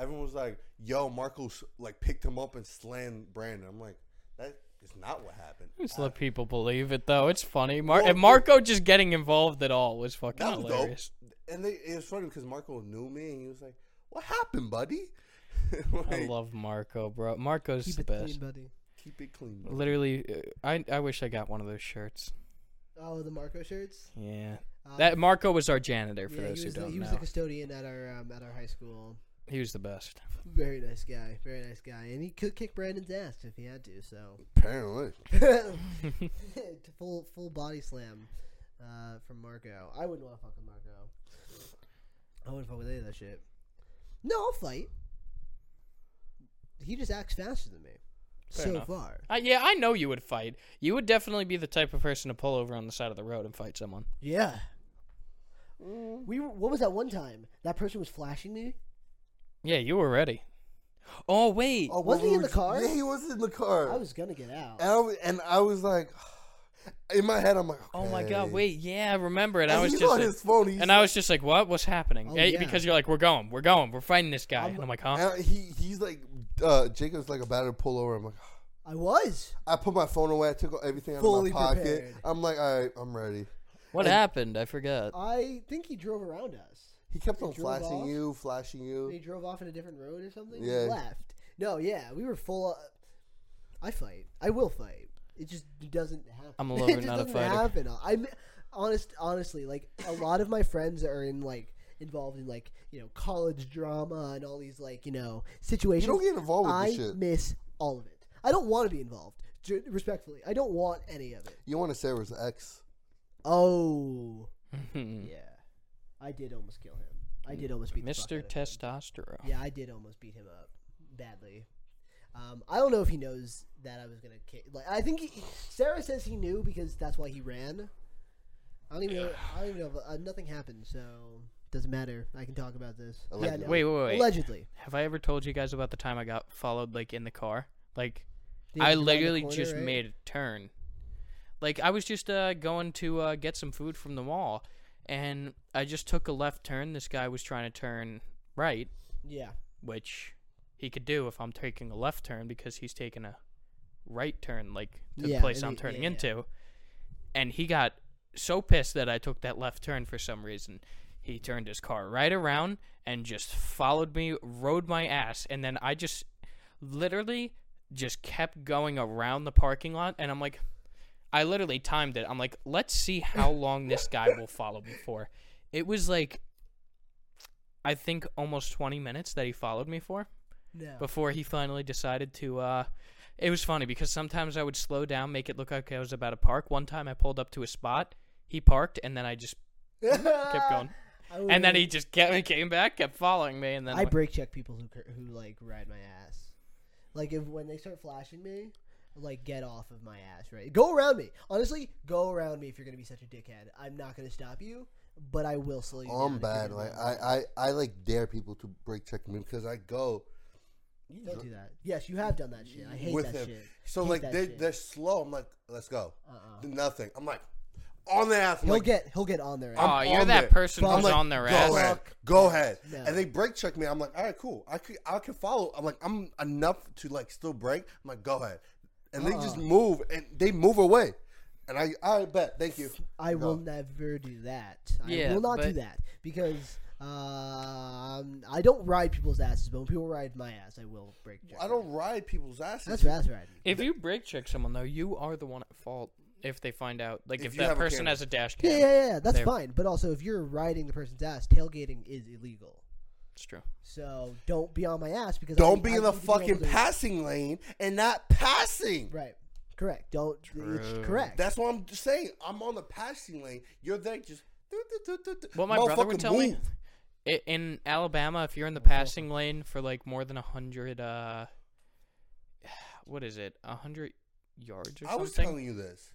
B: Everyone was like, "Yo, Marcos like picked him up and slammed Brandon." I'm like, that is not what happened.
A: Just let people believe it though. It's funny. Mar-
B: Well,
A: and Marco just getting involved at all was fucking
B: That was
A: hilarious.
B: dope. And they, it was funny because Marco knew me, and he was like, "What happened, buddy?" *laughs*
A: I
B: Like,
A: love Marco, bro. Marco's
C: Keep
A: the
C: it clean,
A: best.
C: buddy.
B: keep it clean. bro."
A: Literally, uh, I I wish I got one of those shirts.
C: Oh, the Marco shirts.
A: Yeah,
C: Uh,
A: that Marco was our janitor. For
C: yeah,
A: those
C: he
A: who
C: was, the,
A: don't
C: he was
A: know,
C: the custodian at our um, at our high school.
A: he was the best.
C: Very nice guy. Very nice guy, and he could kick Brandon's ass if he had to. So
B: Apparently,
C: *laughs* full full body slam uh, from Marco. I wouldn't want to fuck with Marco. I wouldn't fuck with any of that shit. No, I'll fight. He just acts faster than me.
A: Fair
C: so
A: enough.
C: far,
A: I, yeah, I know you would fight. You would definitely be the type of person to pull over on the side of the road and fight someone.
C: yeah. We were, what was that one time? That person was flashing me.
A: Yeah, you were ready. Oh wait,
B: oh,
C: Wasn't he
B: when we
C: in the
B: were ju-
C: car?
B: Yeah, he was in the car.
C: I was gonna get out.
B: and I was, and I was like, *sighs* in my head, I'm like,
A: oh my god,
B: "Okay."
A: wait, yeah, I remember it.
B: And
A: I was
B: he's
A: just
B: on
A: like-
B: his phone. He's
A: and I was just like, what? What's happening?
C: Oh,
A: Eh,
C: yeah.
A: Because you're like, we're going, we're going, we're fighting this guy,
B: I'm-
A: and I'm like, huh?
B: And he he's like uh, Jacob's like about to pull over. I'm like,
C: I was.
B: I put my phone away. I took everything out
C: Fully
B: of my pocket.
C: prepared.
B: I'm like, all right, I'm ready.
A: What happened? I forgot. *laughs*
C: *laughs* I think he drove around us.
B: He kept
C: He
B: on
C: drove
B: flashing
C: off?
B: you, flashing
C: They
B: you.
C: drove off in a different road or something.
B: Yeah.
C: Left. No, yeah, we were full. I fight. I will fight. It just doesn't happen. *laughs*
A: I'm a lover,
C: it just
A: not a
C: doesn't
A: fighter.
C: Happen. I'm honest. Honestly, like a lot of my friends are in like involved in like you know college drama and all these like you know situations.
B: get involved with
C: I
B: this shit.
C: miss all of it. I don't want to be involved. J- respectfully, I don't want any of it.
B: You want to say it was X?
C: Oh, yeah. I did almost kill him. I did almost beat the fuck out
A: Mr.
C: of him.
A: Testosterone.
C: Yeah, I did almost beat him up badly. Um, I don't know if he knows that I was gonna kick. Like, I think he, Sarah says he knew because that's why he ran. I don't even. Know, I don't even know. If, uh, nothing happened, so doesn't matter. I can talk about this. Yeah,
B: Allegedly.
C: no.
A: Wait, wait, wait.
C: Allegedly,
A: Have I ever told you guys about the time I got followed like in the car? Like
C: Did
A: I
C: you go around the
A: literally
C: corner,
A: just
C: right?
A: made a turn. Like I was just uh, going to uh, get some food from the mall, and I just took a left turn. This guy was trying to turn right,
C: Yeah.
A: which he could do if I'm taking a left turn because he's taking a right turn, like to
C: Yeah,
A: the place
C: and
A: I'm
C: he-
A: turning
C: yeah, yeah.
A: into. And he got so pissed that I took that left turn for some reason. He turned his car right around and just followed me, rode my ass, and then I just literally just kept going around the parking lot and I'm like I literally timed it. I'm like, let's see
C: *laughs*
A: how long this guy will follow me for. It was like I think almost 20 minutes that he followed me for
C: No.
A: before he finally decided to uh it was funny because sometimes I would slow down, make it look like I was about to park. One time I pulled up to a spot, he parked and then I just kept going.
C: *laughs* I would-
A: And then he just kept, *laughs* came back, kept following me and then
C: I break check people who cur- who like ride my ass. Like if when they start flashing me, like get off of my ass, right? Go around me. Honestly, go around me if you're gonna be such a dickhead. I'm not gonna stop you, but I will slow you down.
B: I'm
C: if you're
B: bad.
C: gonna
B: Like
C: run.
B: I, I, I like dare people to break check me because I go. "You
C: don't
B: dr-
C: do that. Yes, you have done that shit. I hate that shit.
B: So
C: Hate
B: like
C: that
B: they
C: shit.
B: they're slow. I'm like, let's go.
C: Uh-uh.
B: Do Nothing. I'm like, on their ass. I'm
C: He'll
B: like,
C: get he'll get on their
A: Oh,
C: ass.
B: I'm
A: you're
B: on
A: that
B: there.
A: person
B: I'm
A: who's
B: like,
A: on their
B: go
A: ass.
B: Ahead, go ahead.
C: No.
B: And they brake check me. I'm like, all right, cool. I could, I can follow. I'm like, I'm enough to like still brake. I'm like, go ahead. And they just
C: Uh-uh.
B: move and they move away. And I, I bet. Thank you.
C: I
B: Go.
C: will never do that. I
A: Yeah,
C: will not do
A: but-
C: that because um, I don't ride people's asses. But when people ride my ass, I will break. Check
B: I don't ride people's asses.
C: That's ass riding.
A: If you break check someone though, you are the one at fault if they find out. Like
B: If
A: if,
B: you have
A: that
B: a
A: person
B: camera.
A: has a dash cam.
C: Yeah, yeah, yeah. That's
A: They're-
C: fine. But also, if you're riding the person's ass, tailgating is illegal.
A: It's true.
C: So don't be on my ass because I
B: Don't
C: need-
B: be
C: I
B: in the
C: need to be
B: fucking
C: able to-
B: passing lane and not passing.
C: Right. Correct. Don't.
A: True.
C: It's correct.
B: That's what I'm just saying. I'm on the passing lane. You're there just. do, do, do, do, do.
A: Well, my brother would
B: Motherfucking
A: tell me
B: move.
A: i- in Alabama, if you're in the passing lane for like more than a hundred, uh, *sighs* what is it, a hundred yards or
B: I was
A: something?
B: telling you this.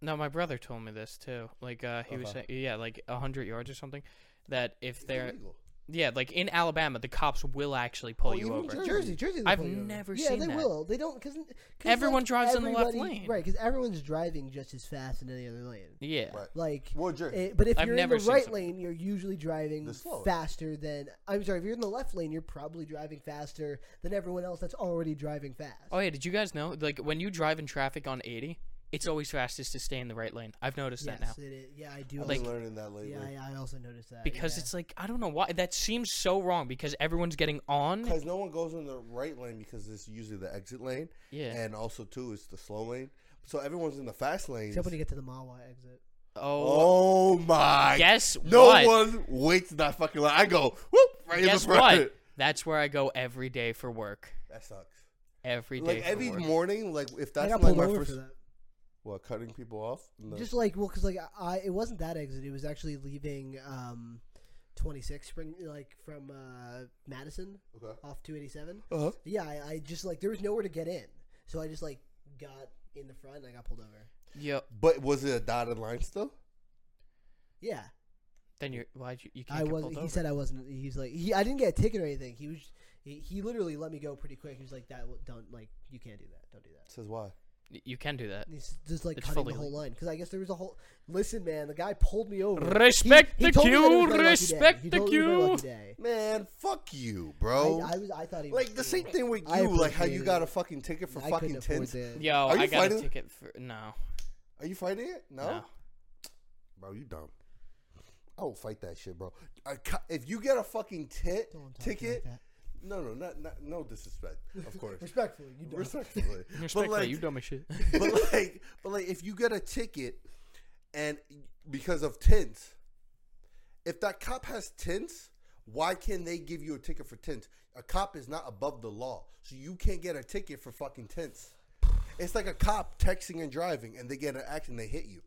A: No, my brother told me this too. Like uh, he was saying, yeah, like a hundred yards or something. That if
B: It's
A: they're
B: illegal.
A: yeah, like in Alabama, the cops will actually pull
B: Oh,
A: you
B: even
A: over.
B: Jersey.
C: Jersey, Jersey. they'll
A: I've
C: pull you over.
A: never
C: yeah,
A: seen
C: they
A: that.
C: will. They don't because
A: Everyone drives in the left lane.
C: right? Because everyone's driving just as fast in any other lane.
A: Yeah,
B: Right.
C: Like,
B: Well, Jersey.
C: eh, but if
A: I've
C: you're in the
A: never seen
C: right
A: something-
C: lane, you're usually driving
B: The slower.
C: faster than. I'm sorry, if you're in the left lane, you're probably driving faster than everyone else that's already driving fast.
A: Oh yeah, did you guys know? Like when you drive in traffic on 80, it's always fastest to stay in the right lane. I've noticed
C: yes,
A: that now.
C: it is. Yeah, I do.
B: I've
A: Like-
B: been learning that lately.
C: yeah, I, I also noticed that
A: Because
C: yeah.
A: it's like I don't know why that seems so wrong because everyone's getting on.
B: Because no one goes in the right lane because it's usually the exit lane.
A: Yeah.
B: And also too, it's the slow lane. So everyone's in the fast lane.
C: except when you get to the Mawa exit.
A: Oh,
B: Oh my!
A: Guess
B: no
A: what?
B: one waits in that fucking line. I go whoop right in
A: guess
B: the front.
A: what? That's where I go every day for work.
B: That sucks.
A: Every day.
B: Like
A: for
B: every
A: work.
B: morning, like if that's
C: I got
B: like
C: pulled
B: my
C: over
B: first,
C: for that.
B: what cutting people off. No.
C: Just like well, because like I, it wasn't that exit. It was actually leaving um, twenty six spring like from uh, Madison
B: Okay.
C: off two eighty seven.
B: Uh-huh.
C: Yeah, I, I just like there was nowhere to get in, so I just like got in the front and I got pulled over.
A: Yo,
B: But was it a dotted line still?
C: Yeah,
A: then you're why you you can't
C: I
A: get
C: was.
A: pulled
C: He
A: over.
C: said I wasn't. He's like he. I didn't get a ticket or anything. He was. He, he literally let me go pretty quick. He was like, "That w- don't like you can't do that. Don't do that."
B: Says why?
A: Y- you can do that.
C: And he's just like
A: It's
C: cutting
A: fully
C: the whole
A: legal.
C: line because I guess there was a whole. Listen, man, the guy pulled me over.
A: Respect
C: He
A: the
C: told me that it was
A: queue.
C: my lucky day.
A: Respect
C: He
A: the
C: told me it was my
A: queue.
C: lucky day.
B: Man, fuck you, bro.
C: I, I was. I thought he was
B: like the same thing with
C: I
B: you. Like how you
C: appreciate
B: got
C: it.
B: a fucking ticket for
C: I
B: fucking
C: couldn't afford
B: tins.
C: that.
A: Yo,
B: Are you
A: I got a
B: fighting?
A: ticket for no.
B: Are you fighting it? No?
A: No.
B: Bro, you dumb. I will fight that shit, bro. A co- if you get a fucking tit
C: Don't talk to me like
B: ticket,
C: that.
B: no, no, not, not no disrespect, of
C: *laughs*
B: course,
C: Respectfully, you don't.
B: respectfully,
A: *laughs* Respectfully,
B: but like, *laughs*
A: you dumb as shit.
B: but like, but like, if you get a ticket, and because of tints, if that cop has tints, why can they give you a ticket for tints? A cop is not above the law, so you can't get a ticket for fucking tints. It's like a cop texting and driving, and they get an accident, they hit you.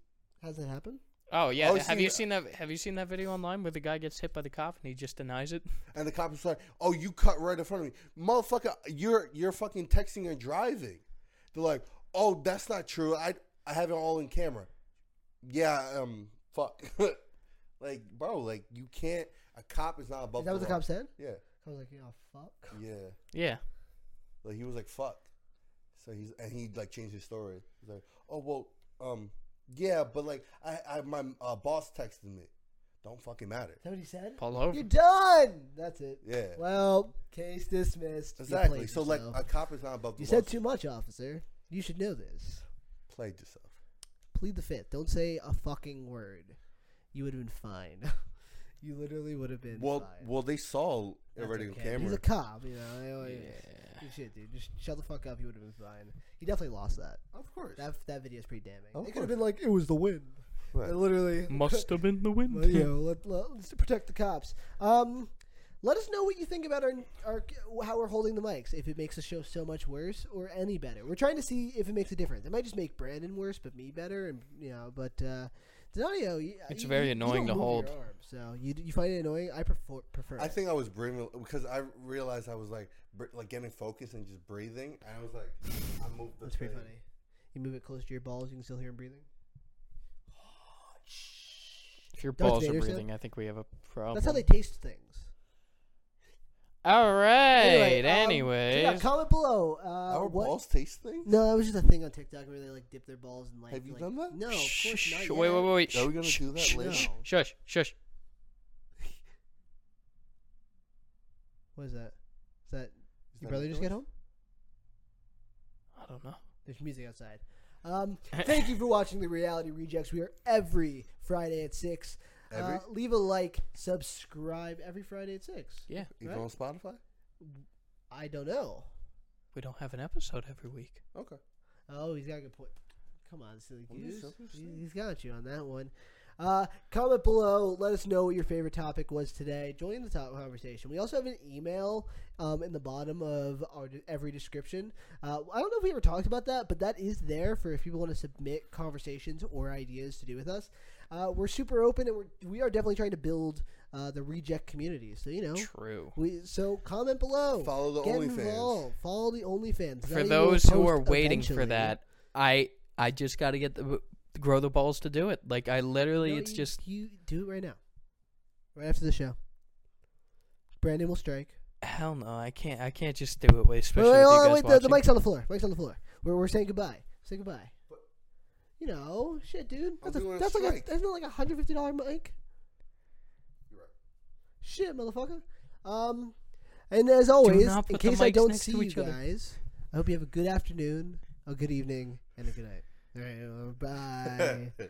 C: Has that happened?
A: *laughs* Oh yeah,
B: Oh,
A: th- have
B: see,
A: you
B: uh,
A: seen that? Have you seen that video online where the guy gets hit by the cop and he just denies it?
B: And the cop was like, "Oh, you cut right in front of me, motherfucker! You're you're fucking texting and driving." They're like, "Oh, that's not true. I I have it all in camera." Yeah, um, fuck. *laughs* like, bro, like you can't. A cop is not above.
C: Is that what the
B: law.
C: cop said?
B: Yeah,
C: I was like, yeah, fuck.
B: yeah.
A: Yeah.
B: Like he was like, "Fuck." So he's and he like changed his story. He's like, "Oh well, um, yeah, but like I I my uh, boss texted me. Don't fucking matter."
C: Is that what he said?
A: Pull over.
C: You're done. That's it.
B: Yeah.
C: Well, case dismissed. You
B: Exactly.
C: played
B: So like
C: yourself.
B: a cop is not above.
C: you
B: the
C: said
B: law.
C: too much, officer. You should know this.
B: Played yourself.
C: Plead the fifth. Don't say a fucking word. You would have been fine. *laughs* you literally would have been.
B: Well,
C: fine.
B: well, they saw
C: That's
B: already
C: okay.
B: on camera.
C: He's a cop, you know. I always-
A: Yeah.
C: You should, dude. Just shut the fuck up. You would have been fine. He definitely lost that.
B: of course.
C: That that video is pretty damning.
B: Of
C: it could have
B: course.
C: been like it was the wind.
B: Right.
C: It literally
A: *laughs* Must have been the wind. *laughs*
C: Well, you know, let, let, let's protect the cops. Um, let us know what you think about our, our how we're holding the mics. If it makes the show so much worse or any better, we're trying to see if it makes a difference. It might just make Brandon worse, but me better, and you know. But uh, the audio, you,
A: It's
C: you-
A: very
C: you- you
A: annoying to
C: don't move
A: hold.
C: your arm, so you you find it annoying. I prefer prefer.
B: I
C: it.
B: think I was breathing because I realized I was like, br- like getting focused and just breathing. And I was like, I moved. the
C: that's pretty
B: thing.
C: funny. You move it close to your balls, you can still hear him breathing.
A: If your
C: Darth
A: balls are
C: Vader said-
A: breathing, I think we have a problem.
C: That's how they taste things.
A: All right.
C: um, so yeah,
A: anyways,
C: comment below. Uh,
B: Our
C: what-
B: balls taste things.
C: No, that was just a thing on TikTok where they like dip their balls in like.
B: Have you
C: like-
B: done that?
C: No, of course
A: Shh,
C: not.
A: Wait,
C: yet.
A: wait, wait, wait.
B: Are we gonna
A: Shh,
B: do that
A: shh,
B: later?
A: shh,
C: No.
A: Shush, shush.
C: What is that? Is that
B: Is
C: your
B: that
C: brother
B: a
C: just get
B: noise?
C: home?
A: I don't know.
C: There's music outside.
B: *laughs*
C: Um, thank you for watching the Reality Rejects. We are every Friday at six. Uh,
B: Every?
C: leave a like, subscribe every Friday at six.
A: *laughs* Yeah,
B: Even
C: Right?
B: on Spotify.
C: I don't know.
A: we don't have an episode every week.
B: Okay.
C: Oh, he's got a good point. Come on, silly
B: I'm
C: goose.
B: just selfish,
C: He- He's got you on that one. Uh, comment below. Let us know what your favorite topic was today. Join the top conversation. We also have an email um, in the bottom of our every description. Uh, I don't know if we ever talked about that, but that is there for if people want to submit conversations or ideas to do with us. Uh, we're super open, and we're, we are definitely trying to build uh, the reject community. So you know,
A: True.
C: we so comment below.
B: Follow the
C: Get
B: OnlyFans.
C: involved. Follow the OnlyFans.
A: For
C: That we will
A: those who
C: post
A: are waiting for
C: eventually.
A: that, I I just got to get the grow the balls to do it. Like I literally,
C: No,
A: it's
C: you-
A: just
C: you do it right now, right after the show. Brandon will strike.
A: Hell no, I can't. I can't just do it with
C: Wait,
A: especially
C: wait,
A: with you
C: wait,
A: guys
C: oh, wait the,
A: watching.
C: the mic's on the floor. Mic's on the floor. We're, we're saying goodbye. Say goodbye. You know, shit, dude. That's, a,
B: doing a
C: that's like
B: strike.
C: a, isn't it like a hundred fifty dollar mic?
B: You're right.
C: Shit, motherfucker. Um, and as always,
A: not
C: in
A: put the
C: case I
A: mics
C: don't
A: next to
C: see you
A: each other.
C: guys, I
B: *laughs*
C: hope you have a good afternoon, a good evening, and a good night. All right, bye.